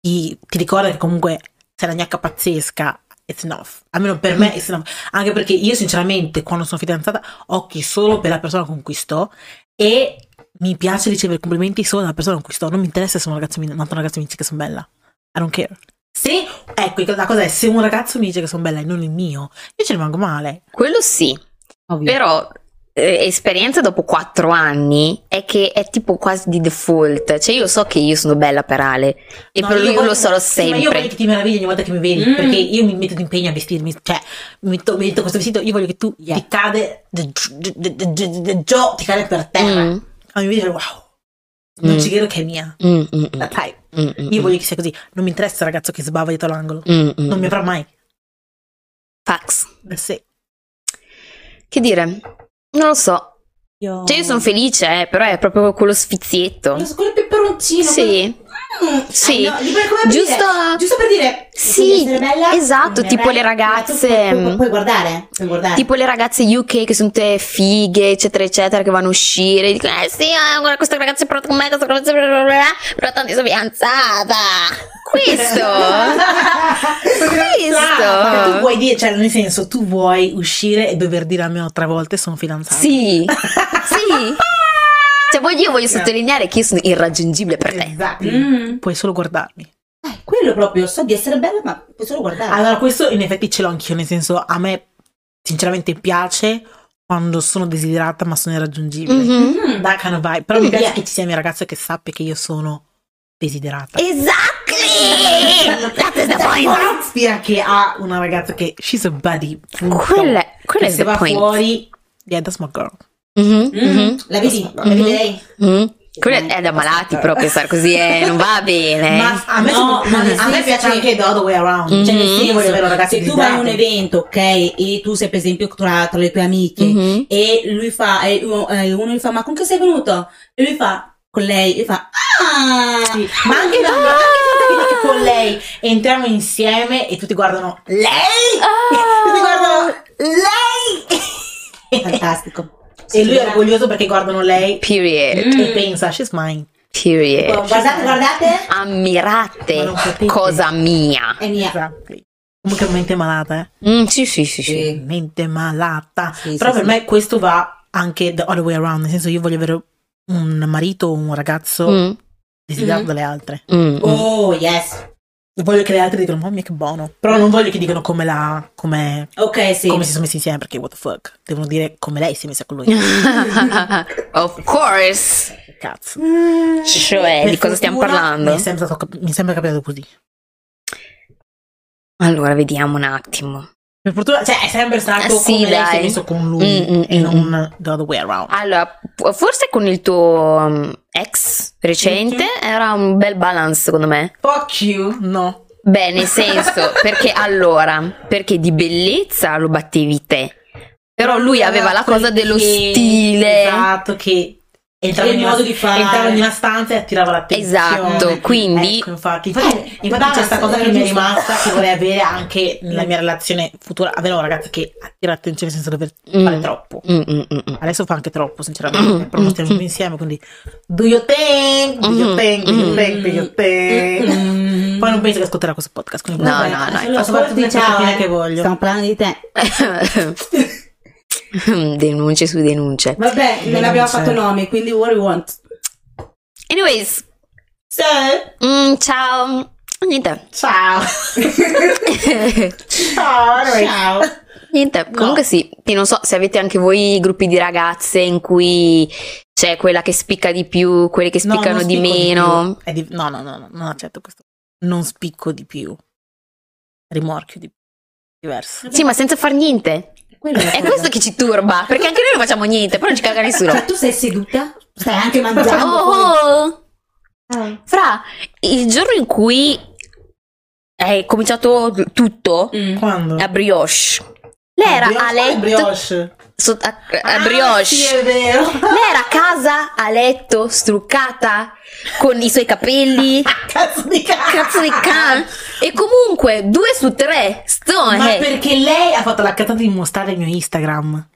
[SPEAKER 2] ti, ti ricorda che comunque sei una gnacca pazzesca, it's enough. Almeno per me, it's enough. Anche perché io, sinceramente, quando sono fidanzata, ho occhi solo per la persona con cui sto e mi piace ricevere complimenti solo dalla persona con cui sto. Non mi interessa se un ragazzo mi, un altro ragazzo mi dice che sono bella. I don't care. Se, ecco, la cosa è, se un ragazzo mi dice che sono bella e non il mio, io ci rimango male.
[SPEAKER 1] Quello sì,
[SPEAKER 2] Mm.
[SPEAKER 3] Ovvio.
[SPEAKER 1] però eh, esperienza dopo quattro anni è che è tipo quasi di default. Cioè, io so che io sono bella per Ale e
[SPEAKER 2] No,
[SPEAKER 1] per
[SPEAKER 2] io
[SPEAKER 1] lui
[SPEAKER 2] voglio-
[SPEAKER 1] lo sarò
[SPEAKER 2] sì, ma io voglio
[SPEAKER 1] sempre.
[SPEAKER 2] che ti meravigli ogni volta che mi vedi,
[SPEAKER 3] Mm.
[SPEAKER 2] perché io mi metto d'impegno a vestirmi, cioè mi metto, mi metto questo vestito, io voglio che tu
[SPEAKER 3] Yeah.
[SPEAKER 2] ti cade, gi- gi- gi- gi- gi- gi- gio- ti cade per terra.
[SPEAKER 1] Mm,
[SPEAKER 2] Quando mi vedi, dico, wow, non
[SPEAKER 1] Mm.
[SPEAKER 2] ci credo che è mia.
[SPEAKER 1] mm, mm, mm,
[SPEAKER 2] Dai,
[SPEAKER 1] mm, mm,
[SPEAKER 2] Eh, io voglio che sia così. Non mi interessa il ragazzo che sbava dietro l'angolo,
[SPEAKER 1] mm, mm,
[SPEAKER 2] non
[SPEAKER 1] mm.
[SPEAKER 2] mi avrà mai.
[SPEAKER 1] Fax.
[SPEAKER 2] Sì.
[SPEAKER 1] Che dire? Non lo so.
[SPEAKER 2] Io...
[SPEAKER 1] Cioè, io sono felice, eh, però è proprio quello sfizietto.
[SPEAKER 3] Quello peperoncino.
[SPEAKER 1] Sì.
[SPEAKER 3] quello- Mm.
[SPEAKER 1] Sì.
[SPEAKER 3] Ah, no, lì per- come per
[SPEAKER 1] Giusto
[SPEAKER 3] dire-
[SPEAKER 1] a-
[SPEAKER 3] Giusto per dire.
[SPEAKER 1] Sì,
[SPEAKER 3] devi essere bella,
[SPEAKER 1] esatto,
[SPEAKER 3] non è
[SPEAKER 1] tipo
[SPEAKER 3] bella,
[SPEAKER 1] le ragazze- mm.
[SPEAKER 3] ma tu Puoi, puoi- puoi guardare. Puoi guardare.
[SPEAKER 1] Tipo le ragazze UK che sono tutte fighe, eccetera, eccetera, che vanno a uscire. Dicono, eh sì, eh, guarda, questa ragazza è pronta con me, questa ragazza è bla bla bla, però tanto io sono fidanzata. Questo? Esatto.
[SPEAKER 2] Ma tu
[SPEAKER 1] questo?
[SPEAKER 2] vuoi dire, cioè nel senso, tu vuoi uscire e dover dire almeno tre volte sono fidanzata.
[SPEAKER 1] Sì. Sì. Cioè, voglio- io voglio sottolineare che io sono irraggiungibile per te.
[SPEAKER 2] Esatto.
[SPEAKER 3] Mm.
[SPEAKER 2] Puoi solo guardarmi.
[SPEAKER 3] Eh, quello proprio. So di essere bella, ma puoi solo guardare.
[SPEAKER 1] Ah,
[SPEAKER 2] Allora, questo in effetti ce l'ho anch'io, nel senso, a me sinceramente piace quando sono desiderata ma sono irraggiungibile.
[SPEAKER 1] Mhm.
[SPEAKER 3] Mm.
[SPEAKER 2] That kind of vibe. Però mi
[SPEAKER 1] Mm,
[SPEAKER 2] piace
[SPEAKER 1] yeah.
[SPEAKER 2] che ci sia il mio ragazzo che sappia che io sono desiderata.
[SPEAKER 1] Exactly! That is the point.
[SPEAKER 2] Spia che ha una ragazza che she's a buddy. punto.
[SPEAKER 1] Quella, quella
[SPEAKER 2] Che
[SPEAKER 1] è
[SPEAKER 2] se
[SPEAKER 1] the
[SPEAKER 2] va
[SPEAKER 1] point.
[SPEAKER 2] fuori, Mm-hmm. yeah, that's my girl.
[SPEAKER 1] Mhm,
[SPEAKER 3] Mm.
[SPEAKER 1] mhm,
[SPEAKER 3] La vedi? La
[SPEAKER 1] Mhm.
[SPEAKER 3] vedi lei? Cioè,
[SPEAKER 1] mhm. Quella è da malati proprio, star così, eh, non va bene.
[SPEAKER 2] Ma a me,
[SPEAKER 3] No, ma nel
[SPEAKER 2] a me piace
[SPEAKER 3] senso che- Mm-hmm.
[SPEAKER 2] anche the other way around.
[SPEAKER 1] Mm.
[SPEAKER 2] Cioè, nel
[SPEAKER 1] Mhm.
[SPEAKER 2] senso, io voglio avere un ragazzo
[SPEAKER 3] Se tu vai a un
[SPEAKER 2] desiderato.
[SPEAKER 3] evento, ok, e tu sei per esempio tra, tra le tue amiche
[SPEAKER 1] Mhm.
[SPEAKER 3] e lui fa, e uno, eh, uno gli fa, ma con che sei venuto? E lui fa, con lei, e fa, ah!
[SPEAKER 2] Sì, ma anche da
[SPEAKER 1] Ah!
[SPEAKER 2] anche con lei entriamo insieme e tutti guardano lei
[SPEAKER 1] Ah!
[SPEAKER 2] tutti guardano lei
[SPEAKER 3] Fantastico.
[SPEAKER 2] e lui è orgoglioso perché guardano lei
[SPEAKER 1] Period.
[SPEAKER 3] Mm.
[SPEAKER 2] e pensa she's mine
[SPEAKER 1] Period.
[SPEAKER 3] Guardate, guardate,
[SPEAKER 1] Ammirate
[SPEAKER 2] Ma non potete.
[SPEAKER 1] cosa mia.
[SPEAKER 3] è mia.
[SPEAKER 2] Exactly. comunque mente malata eh
[SPEAKER 1] Mm, sì, sì, sì, sì.
[SPEAKER 3] Sì.
[SPEAKER 2] mente malata
[SPEAKER 3] Sì,
[SPEAKER 2] però
[SPEAKER 3] sì,
[SPEAKER 2] per
[SPEAKER 3] sì.
[SPEAKER 2] me questo va anche the other way around nel senso io voglio avere un marito o un ragazzo
[SPEAKER 1] Mm,
[SPEAKER 2] desiderato
[SPEAKER 3] Mhm.
[SPEAKER 2] dalle altre
[SPEAKER 1] mm, mm.
[SPEAKER 3] Oh, yes.
[SPEAKER 2] voglio che le altre dicano mamma mia che buono però non voglio che dicano come la come
[SPEAKER 3] Ok, sì.
[SPEAKER 2] come si sono messi insieme perché what the fuck devono dire come lei si è messa con lui
[SPEAKER 1] of course.
[SPEAKER 2] Che cazzo
[SPEAKER 3] Mm.
[SPEAKER 1] Cioè,
[SPEAKER 2] Per
[SPEAKER 1] di cosa stiamo
[SPEAKER 2] fortuna mi
[SPEAKER 1] parlando?
[SPEAKER 2] è sempre, stato cap- mi è sempre capitato così
[SPEAKER 1] Allora, vediamo un attimo.
[SPEAKER 2] per fortuna cioè è sempre stato
[SPEAKER 1] Ah,
[SPEAKER 2] come
[SPEAKER 1] sì,
[SPEAKER 2] lei si è
[SPEAKER 1] dai.
[SPEAKER 2] messo con lui
[SPEAKER 1] Mm, mm,
[SPEAKER 2] e
[SPEAKER 1] mm,
[SPEAKER 2] non the other way around
[SPEAKER 1] Allora, p- forse con il tuo um, ex recente era un bel balance, secondo me.
[SPEAKER 2] fuck you no
[SPEAKER 1] Beh, nel senso, perché allora, perché di bellezza lo battevi te. Però lui aveva la cosa dello
[SPEAKER 2] Perché-
[SPEAKER 1] stile.
[SPEAKER 2] esatto che entrava
[SPEAKER 3] Il
[SPEAKER 2] in, una,
[SPEAKER 3] modo di fare.
[SPEAKER 2] entrava in una stanza e attirava l'attenzione
[SPEAKER 1] Esatto, quindi-
[SPEAKER 2] Ecco, infatti infatti,
[SPEAKER 3] Eh,
[SPEAKER 2] infatti c'è questa
[SPEAKER 3] basta,
[SPEAKER 2] cosa che
[SPEAKER 3] era
[SPEAKER 2] mi è
[SPEAKER 3] giusto.
[SPEAKER 2] rimasta che vorrei avere anche nella mia relazione futura avere un ragazzo che attira l'attenzione senza dover fare
[SPEAKER 1] Mm.
[SPEAKER 2] troppo
[SPEAKER 1] Mm, mm, mm, mm.
[SPEAKER 2] Adesso fa anche troppo, sinceramente.
[SPEAKER 1] Mm,
[SPEAKER 2] Però non
[SPEAKER 1] mm,
[SPEAKER 2] stiamo
[SPEAKER 1] mm.
[SPEAKER 2] più insieme, quindi. Do your thing, do your thing, do your
[SPEAKER 1] Mm,
[SPEAKER 2] thing, do your thing.
[SPEAKER 3] Mm.
[SPEAKER 2] Poi non penso che ascolterà questo podcast. Quindi
[SPEAKER 1] No,
[SPEAKER 2] vabbè,
[SPEAKER 1] no, no,
[SPEAKER 2] Ho fatto
[SPEAKER 3] Ascolti,
[SPEAKER 2] tutte le
[SPEAKER 3] ciao.
[SPEAKER 2] cose
[SPEAKER 3] eh.
[SPEAKER 2] che voglio.
[SPEAKER 3] Stiamo parlando di te.
[SPEAKER 1] mm. denunce su denunce.
[SPEAKER 3] Vabbè, non
[SPEAKER 2] Non
[SPEAKER 3] abbiamo
[SPEAKER 2] c'è.
[SPEAKER 3] fatto nome, quindi what do you want?
[SPEAKER 1] Anyways,
[SPEAKER 3] So,
[SPEAKER 1] mm, ciao. Niente.
[SPEAKER 2] Ciao. Ciao. anyway.
[SPEAKER 3] ciao.
[SPEAKER 1] Niente, comunque sì, io non so se avete anche voi gruppi di ragazze in cui C'è quella che spicca di più, quelle che
[SPEAKER 2] No, non
[SPEAKER 1] spiccano di
[SPEAKER 2] spicco
[SPEAKER 1] meno.
[SPEAKER 2] più. È di- no, no, no, no, non accetto questo. Non spicco di più. Rimorchio di più. Diverso.
[SPEAKER 1] Sì, ma senza far niente.
[SPEAKER 4] Quello
[SPEAKER 1] È
[SPEAKER 4] il
[SPEAKER 1] questo che ci turba, perché anche noi non facciamo niente, però non ci caga nessuno.
[SPEAKER 4] Cioè, tu sei seduta, stai anche mangiando. fuori.
[SPEAKER 1] Oh, oh.
[SPEAKER 4] Ah,
[SPEAKER 1] Fra, il giorno in cui è cominciato tutto
[SPEAKER 3] Mm.
[SPEAKER 2] Quando?
[SPEAKER 1] a brioche, lei era
[SPEAKER 2] Brioche
[SPEAKER 1] a
[SPEAKER 2] o
[SPEAKER 1] letto,
[SPEAKER 2] Brioche.
[SPEAKER 1] so- a, a
[SPEAKER 2] Ah,
[SPEAKER 1] brioche,
[SPEAKER 2] sì, è vero.
[SPEAKER 1] lei era a casa, a letto, struccata, con i suoi capelli,
[SPEAKER 2] Cazzo di cazzo.
[SPEAKER 1] cazzo di can, e comunque due su tre, stone,
[SPEAKER 2] Ma
[SPEAKER 1] eh,
[SPEAKER 2] perché lei ha fatto la cazzata di mostrare il mio Instagram?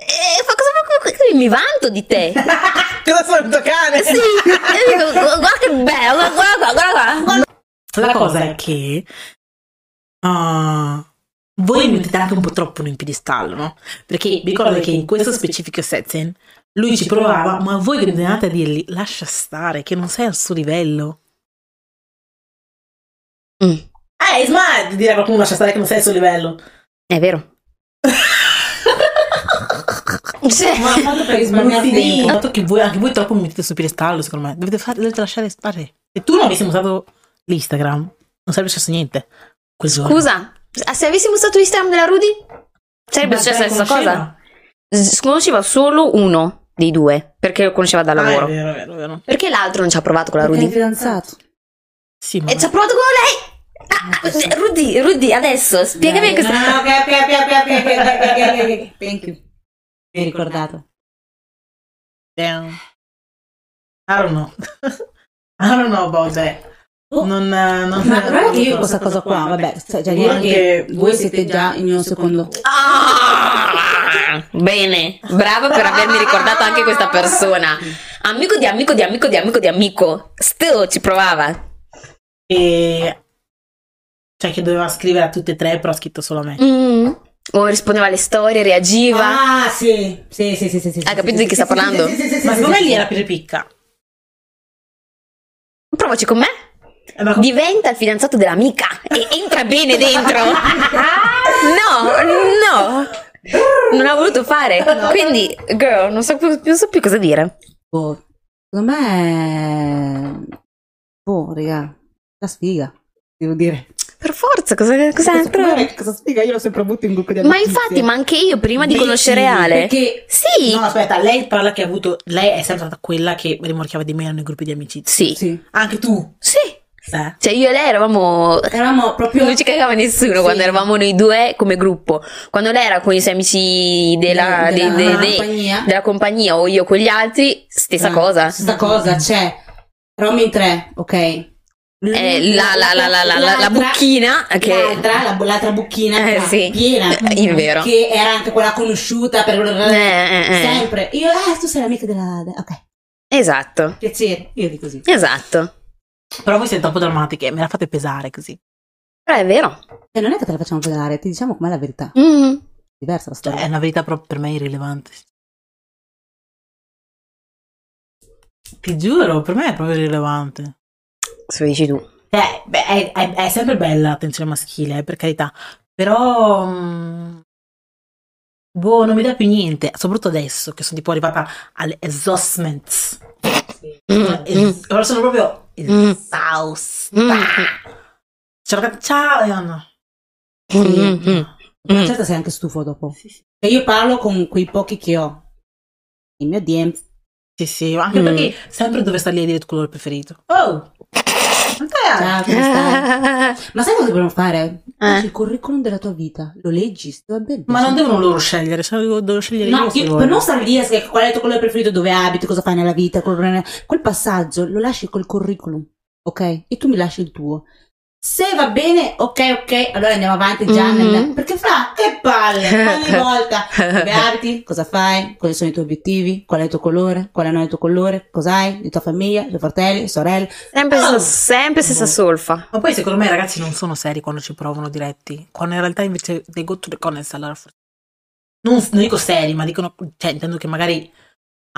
[SPEAKER 1] eh, fa cosa, fa- fa- mi vanto di te,
[SPEAKER 2] Cosa sono il tuo cane?
[SPEAKER 1] sì, io dico, guarda che bello, guarda qua, guarda qua, guarda
[SPEAKER 2] La cosa è che ah, voi mi mettete anche un po' troppo in un piedistallo, no? Perché vi ricordo che in questo specifico setting lui ci provava, ma voi continuate a dirgli lascia stare, che non sei al suo livello.
[SPEAKER 1] Mm,
[SPEAKER 2] Eh, è smart di dire a qualcuno lascia stare che non sei al suo livello.
[SPEAKER 1] è vero. Cioè,
[SPEAKER 3] Ma quando per
[SPEAKER 2] Ma
[SPEAKER 3] sbagliare
[SPEAKER 2] sì,
[SPEAKER 3] tempo.
[SPEAKER 2] dato che voi, anche voi troppo mi mettete sul piedistallo, secondo me. Dovete, fare- dovete lasciare stare. Se tu non avessi usato l'Instagram, non sarebbe successo niente. Quel giorno.
[SPEAKER 1] Scusa, se avessimo usato Instagram della Rudy, sarebbe
[SPEAKER 2] Ma
[SPEAKER 1] successa la
[SPEAKER 2] te
[SPEAKER 1] stessa cosa.
[SPEAKER 2] conosceva?
[SPEAKER 1] S- Conosceva solo uno dei due, perché lo conosceva dal
[SPEAKER 2] Ah, è
[SPEAKER 1] lavoro.
[SPEAKER 2] vero, è vero, è vero.
[SPEAKER 1] Perché l'altro non ci ha provato con la
[SPEAKER 4] perché
[SPEAKER 1] Rudy?
[SPEAKER 4] è fidanzato.
[SPEAKER 2] Sì, ma
[SPEAKER 1] E ci ha provato con lei! Ah, ah, Rudy, Rudy, adesso spiegami
[SPEAKER 3] No,
[SPEAKER 1] questa.
[SPEAKER 3] no, no, ok, ok, ok, ok, ok, ok, ok, ok, ok, ok, Thank you.
[SPEAKER 4] Mi hai ricordato.
[SPEAKER 2] Damn. I don't know. I don't know about that. Non, eh, non
[SPEAKER 4] Ma guarda che io questa cosa qua, vabbè, sta già dire che voi siete già in mio secondo.
[SPEAKER 1] Ah! Bene, brava per avermi ricordato anche questa persona. Amico di amico di amico di amico di amico. Still ci provava.
[SPEAKER 2] E... Cioè che doveva scrivere a tutte e tre, però ha scritto solo a me.
[SPEAKER 1] Mm. O rispondeva alle storie, reagiva.
[SPEAKER 3] Ah, sì. Sì, sì, sì, sì, sì,
[SPEAKER 1] Hai
[SPEAKER 3] sì,
[SPEAKER 1] capito
[SPEAKER 3] sì,
[SPEAKER 1] di chi
[SPEAKER 3] sì,
[SPEAKER 1] sta
[SPEAKER 3] sì,
[SPEAKER 1] parlando?
[SPEAKER 3] sì, sì, sì, sì,
[SPEAKER 2] Ma
[SPEAKER 3] sì,
[SPEAKER 2] secondo
[SPEAKER 3] sì,
[SPEAKER 2] me lì
[SPEAKER 3] sì.
[SPEAKER 2] era più ripicca.
[SPEAKER 1] Provaci con me.
[SPEAKER 2] Eh,
[SPEAKER 1] Oh. diventa il fidanzato dell'amica e entra bene dentro. No, no, non ha voluto fare. Quindi, girl, non so, più- non so più cosa dire.
[SPEAKER 4] Boh, secondo me. Boh, raga, la sfiga, devo dire.
[SPEAKER 1] Per forza, cosa, cos'altro?
[SPEAKER 4] Cosa sfiga? Io l'ho sempre avuto in gruppo di
[SPEAKER 1] Ma infatti, ma anche io prima di conoscere Ale.
[SPEAKER 2] Perché...
[SPEAKER 1] Sì,
[SPEAKER 2] No, aspetta, lei parla che ha avuto... Lei è sempre stata quella che rimorchiava di meno nei gruppi di amicizia.
[SPEAKER 1] sì,
[SPEAKER 4] Sì.
[SPEAKER 2] Anche tu.
[SPEAKER 1] sì.
[SPEAKER 2] Eh?
[SPEAKER 1] Cioè, io e lei eravamo.
[SPEAKER 3] Eravamo proprio...
[SPEAKER 1] Non ci cagava nessuno
[SPEAKER 3] Sì.
[SPEAKER 1] quando eravamo noi due come gruppo. Quando lei era con i suoi amici della, dei-
[SPEAKER 3] della-
[SPEAKER 1] dei-
[SPEAKER 3] della
[SPEAKER 1] dei-
[SPEAKER 3] compagnia.
[SPEAKER 1] della compagnia o io con gli altri, stessa
[SPEAKER 3] Ah,
[SPEAKER 1] cosa.
[SPEAKER 3] Stessa cosa, c'è. Eravamo in tre, ok.
[SPEAKER 1] Eh, la, la, la, la, la, la, la
[SPEAKER 3] L'altra-
[SPEAKER 1] bucchina che
[SPEAKER 3] L'altra, la- l'altra bucchina
[SPEAKER 1] Eh,
[SPEAKER 3] era
[SPEAKER 1] sì.
[SPEAKER 3] piena, mm,
[SPEAKER 1] Eh, è vero.
[SPEAKER 3] che era anche quella conosciuta per
[SPEAKER 1] Eh, eh, eh.
[SPEAKER 3] sempre. Io, ah, tu sei l'amica della... Ok,
[SPEAKER 1] esatto
[SPEAKER 3] piacere, io di così.
[SPEAKER 1] esatto
[SPEAKER 2] Però voi siete troppo drammatiche, me la fate pesare così.
[SPEAKER 1] però Eh, è vero
[SPEAKER 4] E non è che te la facciamo vedere, ti diciamo com'è la verità. È
[SPEAKER 1] Mm.
[SPEAKER 3] Mm-hmm.
[SPEAKER 4] diversa la
[SPEAKER 2] Cioè,
[SPEAKER 4] storia.
[SPEAKER 2] è una verità proprio per me irrilevante. Ti giuro, per me è proprio irrilevante.
[SPEAKER 1] se lo dici tu
[SPEAKER 2] Cioè, beh, è, è- è sempre bella l'attenzione maschile, eh, per carità, però mm, boh, non mi dà più niente, soprattutto adesso che sono tipo arrivata all'exhaustment.
[SPEAKER 3] Mm-hmm.
[SPEAKER 1] Mm, mm,
[SPEAKER 2] Es- Ora sono proprio
[SPEAKER 1] Mm.
[SPEAKER 2] esausta.
[SPEAKER 1] Mm.
[SPEAKER 2] Ciao, ciao, eh, no.
[SPEAKER 1] Mm, mm,
[SPEAKER 3] Mm-hmm.
[SPEAKER 1] mm.
[SPEAKER 3] Eh,
[SPEAKER 1] Mm.
[SPEAKER 4] Certo sei anche stufo dopo.
[SPEAKER 2] Sì, sì.
[SPEAKER 3] E Cioè, io parlo con quei pochi che ho.
[SPEAKER 4] Il mio DM.
[SPEAKER 2] Sì, sì, anche
[SPEAKER 1] Mm.
[SPEAKER 2] perché sempre dove sta lì a dire il colore preferito. Oh!
[SPEAKER 4] Ciao,
[SPEAKER 2] Andrea!
[SPEAKER 4] come stai?
[SPEAKER 1] Ah.
[SPEAKER 4] Ma sai cosa dobbiamo fare?
[SPEAKER 1] Eh.
[SPEAKER 4] Facci Il curriculum della tua vita, lo leggi, se ti va bene.
[SPEAKER 2] Ma non devono loro scegliere, se devo devo scegliere
[SPEAKER 3] No,
[SPEAKER 2] io. eh. se
[SPEAKER 3] io-
[SPEAKER 2] voglio.
[SPEAKER 3] per non stare lì a dire qual è il tuo colore preferito, dove abiti, cosa fai nella vita, col-
[SPEAKER 4] Quel passaggio lo lasci col curriculum, ok? E tu mi lasci il tuo.
[SPEAKER 3] Se va bene, ok, ok, allora andiamo avanti già.
[SPEAKER 1] Mhm.
[SPEAKER 3] nel- Perché fra, che palle, ogni volta. Dove abiti? Cosa fai? Quali sono i tuoi obiettivi? Qual è il tuo colore? Qual non è il tuo colore? Cos'hai? La tua famiglia? I tuoi fratelli? Sorelle?
[SPEAKER 1] sempre,
[SPEAKER 3] Oh.
[SPEAKER 1] sempre stessa solfa
[SPEAKER 2] Ma poi secondo me i ragazzi non sono seri quando ci provano diretti, quando in realtà invece they go to the conness allora forse. Non, non dico seri, ma dicono, cioè intendo che magari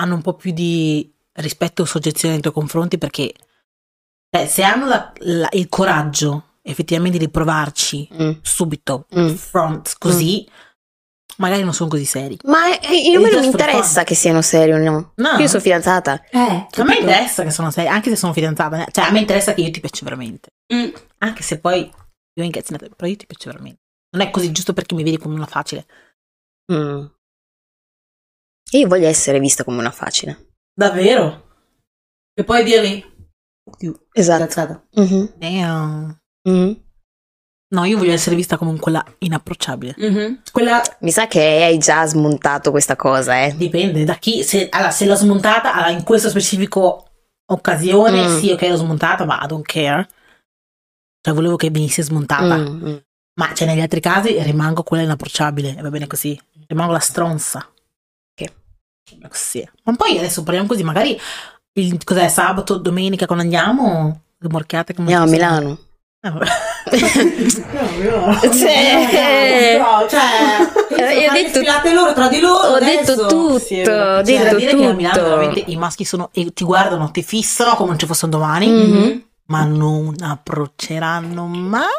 [SPEAKER 2] hanno un po' più di rispetto o soggezione nei tuoi confronti perché cioè, se hanno la- la- il coraggio effettivamente di provarci
[SPEAKER 1] Mm.
[SPEAKER 2] subito,
[SPEAKER 1] Mm.
[SPEAKER 2] front, così, magari non sono così seri.
[SPEAKER 1] Ma eh, a me
[SPEAKER 2] È
[SPEAKER 1] non
[SPEAKER 2] just for
[SPEAKER 1] interessa che siano seri o no.
[SPEAKER 2] No.
[SPEAKER 1] Io sono fidanzata.
[SPEAKER 4] Eh,
[SPEAKER 2] A me
[SPEAKER 4] capito?
[SPEAKER 2] interessa che sono seri, anche se sono fidanzata. Cioè, a me interessa che io ti piaccio veramente.
[SPEAKER 3] Mm.
[SPEAKER 2] Anche se poi io incazzinata, però io ti piaccio veramente. Non è così giusto perché mi vedi come una facile.
[SPEAKER 1] Mm. E Io voglio essere vista come una facile.
[SPEAKER 2] Davvero?
[SPEAKER 3] E poi dirgli,
[SPEAKER 1] Esatto.
[SPEAKER 3] cazzata.
[SPEAKER 1] Mhm. Mhm.
[SPEAKER 2] No, io voglio essere vista come quella inapprocciabile.
[SPEAKER 1] Mm-hmm.
[SPEAKER 3] Mhm. Quella
[SPEAKER 1] Mi sa che hai già smontato questa cosa, eh.
[SPEAKER 2] Dipende da chi. Se, allora, se l'ho smontata, allora in questa specifica occasione,
[SPEAKER 1] Mm.
[SPEAKER 2] sì, ok, l'ho smontata, ma I don't care. Cioè, volevo che venisse smontata.
[SPEAKER 1] Mm, mm.
[SPEAKER 2] Ma cioè, negli altri casi rimango quella inapprocciabile, e va bene così. Rimango la stronza.
[SPEAKER 1] Sì.
[SPEAKER 2] Sì. Ma poi adesso parliamo così, magari il, cos'è, sabato, domenica, quando andiamo? Le morchiate come
[SPEAKER 1] Andiamo a
[SPEAKER 2] si-
[SPEAKER 1] Milano.
[SPEAKER 2] Eh, vabbè.
[SPEAKER 1] Sì.
[SPEAKER 3] Eh, No, cioè,
[SPEAKER 1] Eh, io ho
[SPEAKER 3] io
[SPEAKER 1] detto-
[SPEAKER 3] loro tra di loro
[SPEAKER 1] Ho
[SPEAKER 3] adesso.
[SPEAKER 1] detto tutto,
[SPEAKER 3] Sì, è vero.
[SPEAKER 1] ho
[SPEAKER 2] Cioè, da
[SPEAKER 1] detto
[SPEAKER 2] dire che a Milano veramente
[SPEAKER 1] tutto.
[SPEAKER 2] i maschi sono, e ti guardano, ti fissano come non ci fossero domani,
[SPEAKER 1] Mhm.
[SPEAKER 2] ma non approcceranno mai.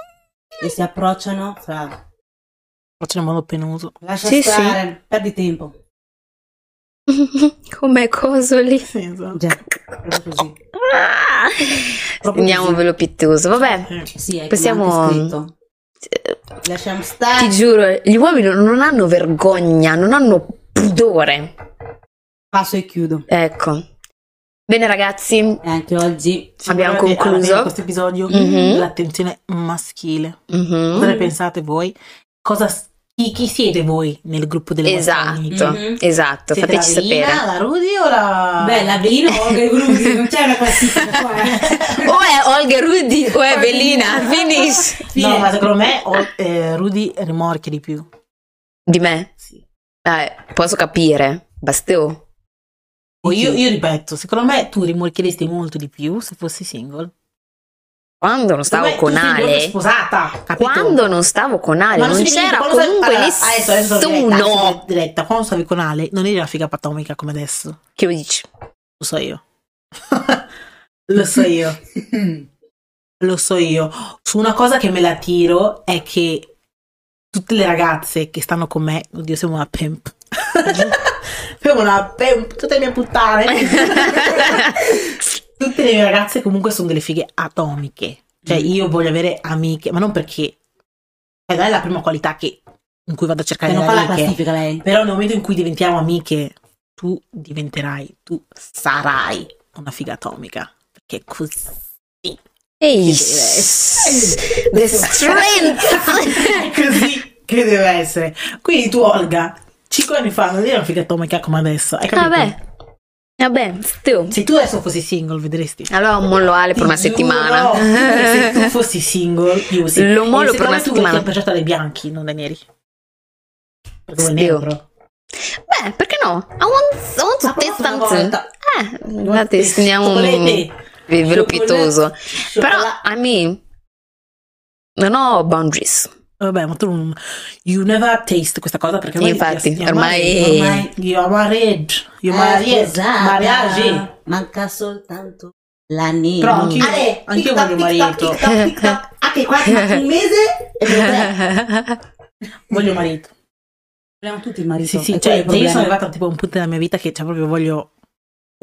[SPEAKER 3] E si approcciano fra
[SPEAKER 2] Approcciano in modo penoso.
[SPEAKER 3] lascia
[SPEAKER 1] Sì,
[SPEAKER 3] stare, perdi tempo.
[SPEAKER 1] Come coso lì.
[SPEAKER 3] Già, proprio così.
[SPEAKER 1] Ah! Andiamo velo pittoso. Vabbè,
[SPEAKER 4] Sì, è
[SPEAKER 1] Possiamo-
[SPEAKER 4] come anche scritto.
[SPEAKER 3] Lasciamo stare.
[SPEAKER 1] ti giuro, gli uomini non hanno vergogna, non hanno pudore.
[SPEAKER 3] Passo e chiudo.
[SPEAKER 1] Ecco. Bene ragazzi,
[SPEAKER 4] E anche oggi
[SPEAKER 2] Ci
[SPEAKER 1] Abbiamo
[SPEAKER 2] vorrebbe alla
[SPEAKER 1] concluso.
[SPEAKER 2] fine di questo episodio
[SPEAKER 1] Mhm.
[SPEAKER 2] l'attenzione maschile.
[SPEAKER 1] Mhm.
[SPEAKER 2] Cosa ne pensate voi? Cosa, chi, chi siete voi nel gruppo delle vostre amiche?
[SPEAKER 1] esatto,
[SPEAKER 3] Mhm.
[SPEAKER 1] esatto,
[SPEAKER 2] Siete
[SPEAKER 1] fateci
[SPEAKER 2] la Lina,
[SPEAKER 1] sapere.
[SPEAKER 2] la Rudy o la...
[SPEAKER 3] Beh, la velina o Olga Grudi, non c'è una classifica qua. eh.
[SPEAKER 1] O è Olga Rudy o è Bellina, finish.
[SPEAKER 2] No, ma secondo me o- eh, Rudy rimorchia di più.
[SPEAKER 1] Di me?
[SPEAKER 2] Sì.
[SPEAKER 1] Eh, posso capire, Basteo.
[SPEAKER 2] O Io, io ripeto, secondo me tu rimorchieresti molto di più se fossi single.
[SPEAKER 1] Quando non stavo
[SPEAKER 2] Secondo me
[SPEAKER 1] con
[SPEAKER 2] tu sei proprio
[SPEAKER 1] Ale,
[SPEAKER 2] sposata, capito?
[SPEAKER 1] quando non stavo con Ale,
[SPEAKER 2] Ma
[SPEAKER 1] non
[SPEAKER 2] si dimentica,
[SPEAKER 1] c'era
[SPEAKER 2] quando stavi-
[SPEAKER 1] comunque
[SPEAKER 2] allora, adesso, adesso sono diretta,
[SPEAKER 1] nessuno
[SPEAKER 2] sono diretta, quando stavi con Ale non eri la figa patomica come adesso. Lo
[SPEAKER 1] che lo dici.
[SPEAKER 2] so io. Lo so io. Lo so io. Su una cosa che me la tiro è che tutte le ragazze che stanno con me, oddio, siamo una pimp. siamo una pimp, tutte le mie puttane. tutte le mie ragazze comunque sono delle fighe atomiche. Cioè,
[SPEAKER 4] Mm.
[SPEAKER 2] io voglio avere amiche, ma non perché cioè, non è la prima qualità che- in cui vado a cercare
[SPEAKER 4] che non
[SPEAKER 2] le
[SPEAKER 4] fa la
[SPEAKER 2] amiche.
[SPEAKER 4] classifica lei.
[SPEAKER 2] Però nel momento in cui diventiamo amiche, tu diventerai, tu sarai una figa atomica. Perché così.
[SPEAKER 1] Ehi,
[SPEAKER 2] Che
[SPEAKER 1] the strength.
[SPEAKER 2] È così che deve essere. Quindi tu, Olga, 5 anni fa non eri una figa atomica come adesso. Hai capito?
[SPEAKER 1] Vabbè, vabbè, Basteo.
[SPEAKER 2] Se tu adesso fossi single, vedresti.
[SPEAKER 1] Allora mollo Ale per una
[SPEAKER 2] Ti giuro,
[SPEAKER 1] settimana.
[SPEAKER 2] se tu fossi single, io sì.
[SPEAKER 1] Lo mollo
[SPEAKER 2] E
[SPEAKER 1] per una
[SPEAKER 2] secondo me tu
[SPEAKER 1] settimana.
[SPEAKER 2] Ti è piaciuta dai bianchi, non dai neri. Perché vuoi
[SPEAKER 1] Stio.
[SPEAKER 2] nero.
[SPEAKER 1] Beh, perché no? I want, I want to
[SPEAKER 3] Ma
[SPEAKER 1] taste
[SPEAKER 3] provate una
[SPEAKER 1] something.
[SPEAKER 3] volta.
[SPEAKER 1] Eh, la testiamo ve-
[SPEAKER 2] Volete?
[SPEAKER 1] ve lo pietoso. Però,
[SPEAKER 3] Cioccolà-
[SPEAKER 1] a me, non ho boundaries.
[SPEAKER 2] Vabbè, ma tu non. You never taste questa cosa perché
[SPEAKER 1] Infatti,
[SPEAKER 2] ti- ti
[SPEAKER 1] ormai-
[SPEAKER 2] amare- ormai io marriage, io
[SPEAKER 4] Eh,
[SPEAKER 2] marriage,
[SPEAKER 4] scusate,
[SPEAKER 2] mariage.
[SPEAKER 4] Manca soltanto l'anello.
[SPEAKER 2] Però anch'io,
[SPEAKER 3] Ale,
[SPEAKER 2] anch'io
[SPEAKER 3] tic-tac,
[SPEAKER 2] voglio un
[SPEAKER 3] tic-tac,
[SPEAKER 2] marito.
[SPEAKER 3] tic-tac, tic-tac.
[SPEAKER 4] Ah,
[SPEAKER 3] Anche qua ci manca un mese e dov'è?
[SPEAKER 2] Voglio un marito.
[SPEAKER 4] Abbiamo tutti il marito.
[SPEAKER 2] Sì, sì,
[SPEAKER 4] è
[SPEAKER 2] cioè,
[SPEAKER 4] quello
[SPEAKER 2] cioè,
[SPEAKER 4] il
[SPEAKER 2] io sono
[SPEAKER 4] problema.
[SPEAKER 2] arrivata tipo a un punto della mia vita che cioè, proprio voglio.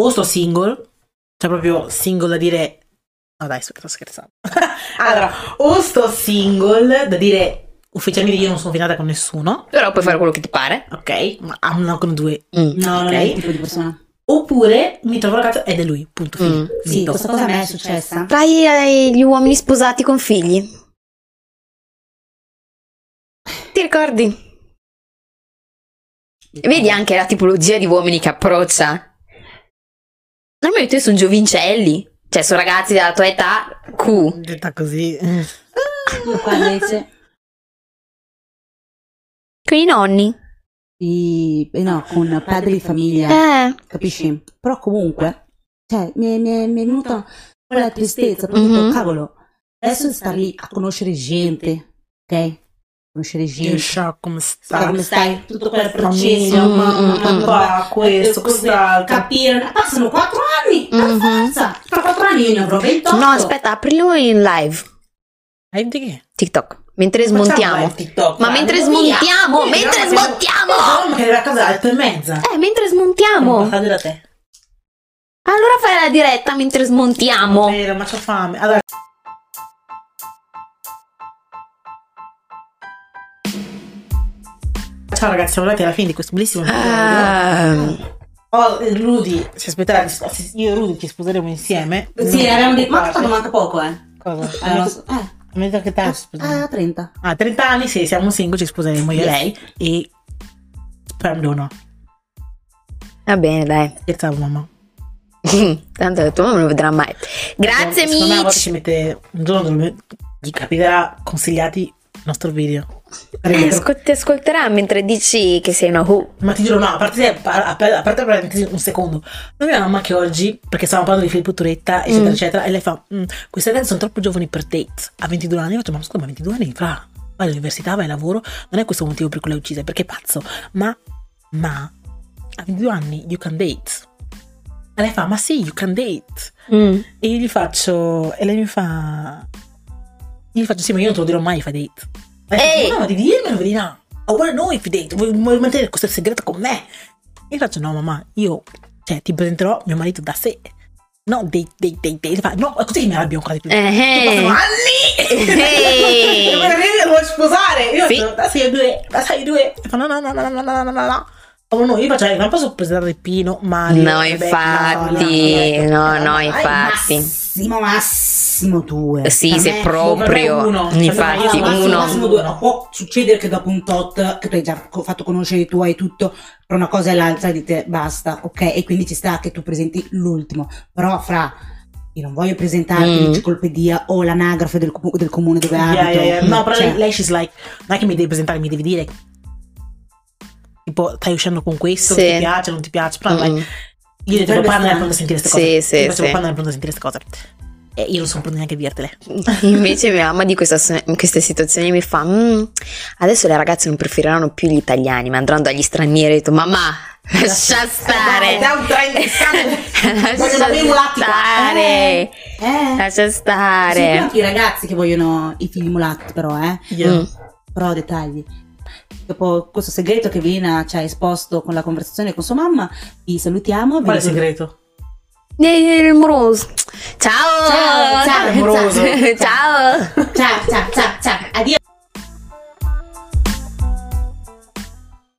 [SPEAKER 2] O sto single, cioè proprio single da dire. No, dai, sto sto scherzando.
[SPEAKER 4] Ah.
[SPEAKER 2] allora, o sto single da dire ufficialmente io non sono finata con nessuno.
[SPEAKER 1] Però puoi fare quello che ti pare.
[SPEAKER 2] Ok, ma I'm not gonna do it.
[SPEAKER 1] Mm.
[SPEAKER 4] No, non
[SPEAKER 2] Ok.
[SPEAKER 4] è il tipo di persona.
[SPEAKER 2] Oppure mi trovo la cazzo ed è lui, punto.
[SPEAKER 1] Mm.
[SPEAKER 2] finito.
[SPEAKER 4] Sì, questa cosa a me è successa.
[SPEAKER 1] Tra i- eh, gli uomini sposati con figli. Ti ricordi? Vedi anche la tipologia di uomini che approccia. Normalmente sono giovincelli. Cioè, sono ragazzi della tua età, Q.
[SPEAKER 2] Detta così.
[SPEAKER 4] Tu qua invece...
[SPEAKER 1] Con i nonni.
[SPEAKER 4] I, eh no, con padri di famiglia,
[SPEAKER 1] Eh.
[SPEAKER 4] capisci? Però comunque, cioè, mi è, mi è- mi è venuta quella tristezza, perché
[SPEAKER 1] Mhm.
[SPEAKER 4] ho detto, cavolo, adesso star lì a conoscere gente, ok? Conoscere
[SPEAKER 2] Io
[SPEAKER 4] gente,
[SPEAKER 2] shock come
[SPEAKER 3] Sai
[SPEAKER 2] sta.
[SPEAKER 3] come stai? Tutto quel
[SPEAKER 2] Famiglia,
[SPEAKER 3] processo,
[SPEAKER 1] Mm,
[SPEAKER 3] mamma,
[SPEAKER 1] mm,
[SPEAKER 3] papà,
[SPEAKER 2] papà, questo,
[SPEAKER 3] cose,
[SPEAKER 2] quest'altro.
[SPEAKER 3] Capire, Ah, passano quattro anni, per
[SPEAKER 1] Mhm.
[SPEAKER 3] forza. Fra quattro anni io ne avrò 28.
[SPEAKER 1] No, aspetta, aprilo in live.
[SPEAKER 2] E di che?
[SPEAKER 1] TikTok. Mentre
[SPEAKER 2] Facciamo
[SPEAKER 1] smontiamo.
[SPEAKER 2] il TikTok,
[SPEAKER 1] Ma
[SPEAKER 2] dai,
[SPEAKER 1] mentre
[SPEAKER 2] andiamo via.
[SPEAKER 1] smontiamo,
[SPEAKER 2] Vedi,
[SPEAKER 1] mentre
[SPEAKER 2] no, siamo-
[SPEAKER 1] smontiamo!
[SPEAKER 2] No, che era a casa alle otto e mezza.
[SPEAKER 1] Eh, mentre
[SPEAKER 2] Sono
[SPEAKER 1] smontiamo.
[SPEAKER 2] passate da te.
[SPEAKER 1] Allora fai la diretta mentre smontiamo.
[SPEAKER 2] Vero, ma c'ho fame. Allora, Ciao ragazzi, siamo arrivati alla fine di questo bellissimo
[SPEAKER 1] Ah.
[SPEAKER 2] episodio.
[SPEAKER 1] Ehm,
[SPEAKER 2] Oh, Rudy, si aspetterà di sp- io e Rudy ci sposeremo insieme.
[SPEAKER 4] Sì,
[SPEAKER 2] Non-
[SPEAKER 4] abbiamo detto. Ma tanto manca poco, eh.
[SPEAKER 2] Cosa?
[SPEAKER 4] Alla
[SPEAKER 2] A
[SPEAKER 4] nostra- eh,
[SPEAKER 2] metà che
[SPEAKER 1] Ah,
[SPEAKER 2] età ci
[SPEAKER 4] a
[SPEAKER 3] eh,
[SPEAKER 2] sposeremo?
[SPEAKER 4] a 30.
[SPEAKER 2] Ah, 30 anni, sì, siamo single, ci sposeremo io e lei. E sperm donor.
[SPEAKER 1] Va bene, dai.
[SPEAKER 2] Scherzavo, mamma.
[SPEAKER 1] Tanto ho detto, ma non lo vedrà mai. Grazie
[SPEAKER 2] Secondo me a volte
[SPEAKER 1] amici.
[SPEAKER 2] ci mette un giorno dove gli capiterà consigliati il nostro video. Rimetterò-
[SPEAKER 1] Eh, Ascol- ti ascolterà mentre dici che sei una who.
[SPEAKER 2] Ma ti giuro, no, a parte, a parte- a parte la parentesi, un secondo. La mia mamma che oggi, perché stavamo parlando di Filippo Turetta, eccetera,
[SPEAKER 1] Mm.
[SPEAKER 2] eccetera, e lei fa, "Mm, queste ragazze sono troppo giovani per te, a 22 anni. Io ho detto, ma scusa, ma 22 anni, fra, vai all'università, vai al lavoro, non è questo il motivo per cui l'hai uccisa, perché è pazzo. Ma, ma, a 22 anni, you can date. E lei fa, ma sì, you can date.
[SPEAKER 1] Mm.
[SPEAKER 2] E io gli faccio, e lei mi fa, io gli faccio, sì, ma io non te lo dirò mai, fai date. E lei fa,
[SPEAKER 1] Ehi!
[SPEAKER 2] No, ma devi dirmelo, vedi no. I wanna know if you date, vuoi, vuoi mantenere questo segreto con me? Io faccio, no mamma, io, cioè, ti presenterò mio marito da sé. No, date, date, date, date. Fa, no, è così che mi arrabbio ancora di più.
[SPEAKER 1] Eh, eh.
[SPEAKER 2] Passano anni!
[SPEAKER 1] Eh.
[SPEAKER 2] E poi arrivi e lo vuoi sposare? Io
[SPEAKER 1] Sì.
[SPEAKER 2] faccio, da sei due, da sei due. E fa, no, no, no, no, no, no, no, no, no, no. Oh, no, io faccio, eh, non posso presentare Pino, Mario.
[SPEAKER 1] No,
[SPEAKER 2] Rebecca,
[SPEAKER 1] infatti,
[SPEAKER 2] no,
[SPEAKER 1] no, no,
[SPEAKER 2] dai,
[SPEAKER 1] infatti.
[SPEAKER 3] Massimo, massimo due.
[SPEAKER 1] Sì,
[SPEAKER 3] Per
[SPEAKER 1] se
[SPEAKER 3] me-
[SPEAKER 1] proprio.
[SPEAKER 2] vabbè, uno.
[SPEAKER 1] Infatti,
[SPEAKER 2] Cioè,
[SPEAKER 3] Allora, massimo,
[SPEAKER 1] uno.
[SPEAKER 3] massimo due. No, può succedere che dopo un tot che tu hai già co- fatto conoscere i tuoi e tutto tra una cosa e l'altra dite basta ok e quindi ci sta che tu presenti l'ultimo però fra io non voglio presentarti
[SPEAKER 1] Mm.
[SPEAKER 3] l'enciclopedia o l'anagrafe del, comu- del comune dove
[SPEAKER 2] Yeah,
[SPEAKER 3] abito
[SPEAKER 2] yeah, yeah. No, però
[SPEAKER 3] Cioè,
[SPEAKER 2] lei, lei she's like, non è che mi devi presentare, mi devi dire. Tipo, stai uscendo con questo,
[SPEAKER 1] Sì.
[SPEAKER 2] ti piace, non ti piace. Però
[SPEAKER 1] Mm.
[SPEAKER 2] like, io ti devo
[SPEAKER 3] Dovrebbe
[SPEAKER 2] parlare
[SPEAKER 3] stare.
[SPEAKER 2] quando sentire queste
[SPEAKER 1] Sì,
[SPEAKER 2] cose.
[SPEAKER 1] sì,
[SPEAKER 2] Io facevo
[SPEAKER 1] sì.
[SPEAKER 2] parlare quando sentire queste cose. E io non sono pronta neanche a dirtele.
[SPEAKER 1] Invece mia mamma di questa- queste situazioni mi fa "Mm, adesso le ragazze non preferiranno più gli italiani ma andranno dagli stranieri Ho detto, mamma lascia stare Eh,
[SPEAKER 3] dai, dai, un trend di
[SPEAKER 1] lascia
[SPEAKER 3] Vogliono avere un lattico.
[SPEAKER 1] stare
[SPEAKER 3] Eh, eh.
[SPEAKER 1] lascia
[SPEAKER 3] Ci sono
[SPEAKER 1] stare
[SPEAKER 3] anche i ragazzi che vogliono i figli mulatti però eh
[SPEAKER 2] 嗯
[SPEAKER 1] Mm.
[SPEAKER 3] però dettagli. Dopo questo segreto che Vina ci ha esposto con la conversazione con sua mamma, vi salutiamo.
[SPEAKER 2] Qual è
[SPEAKER 3] Vi-
[SPEAKER 2] il segreto?
[SPEAKER 1] Eh, il moroso ciao
[SPEAKER 3] Ciao, ciao,
[SPEAKER 1] ciao ciao
[SPEAKER 3] Ciao, ciao, ciao, ciao. Addio.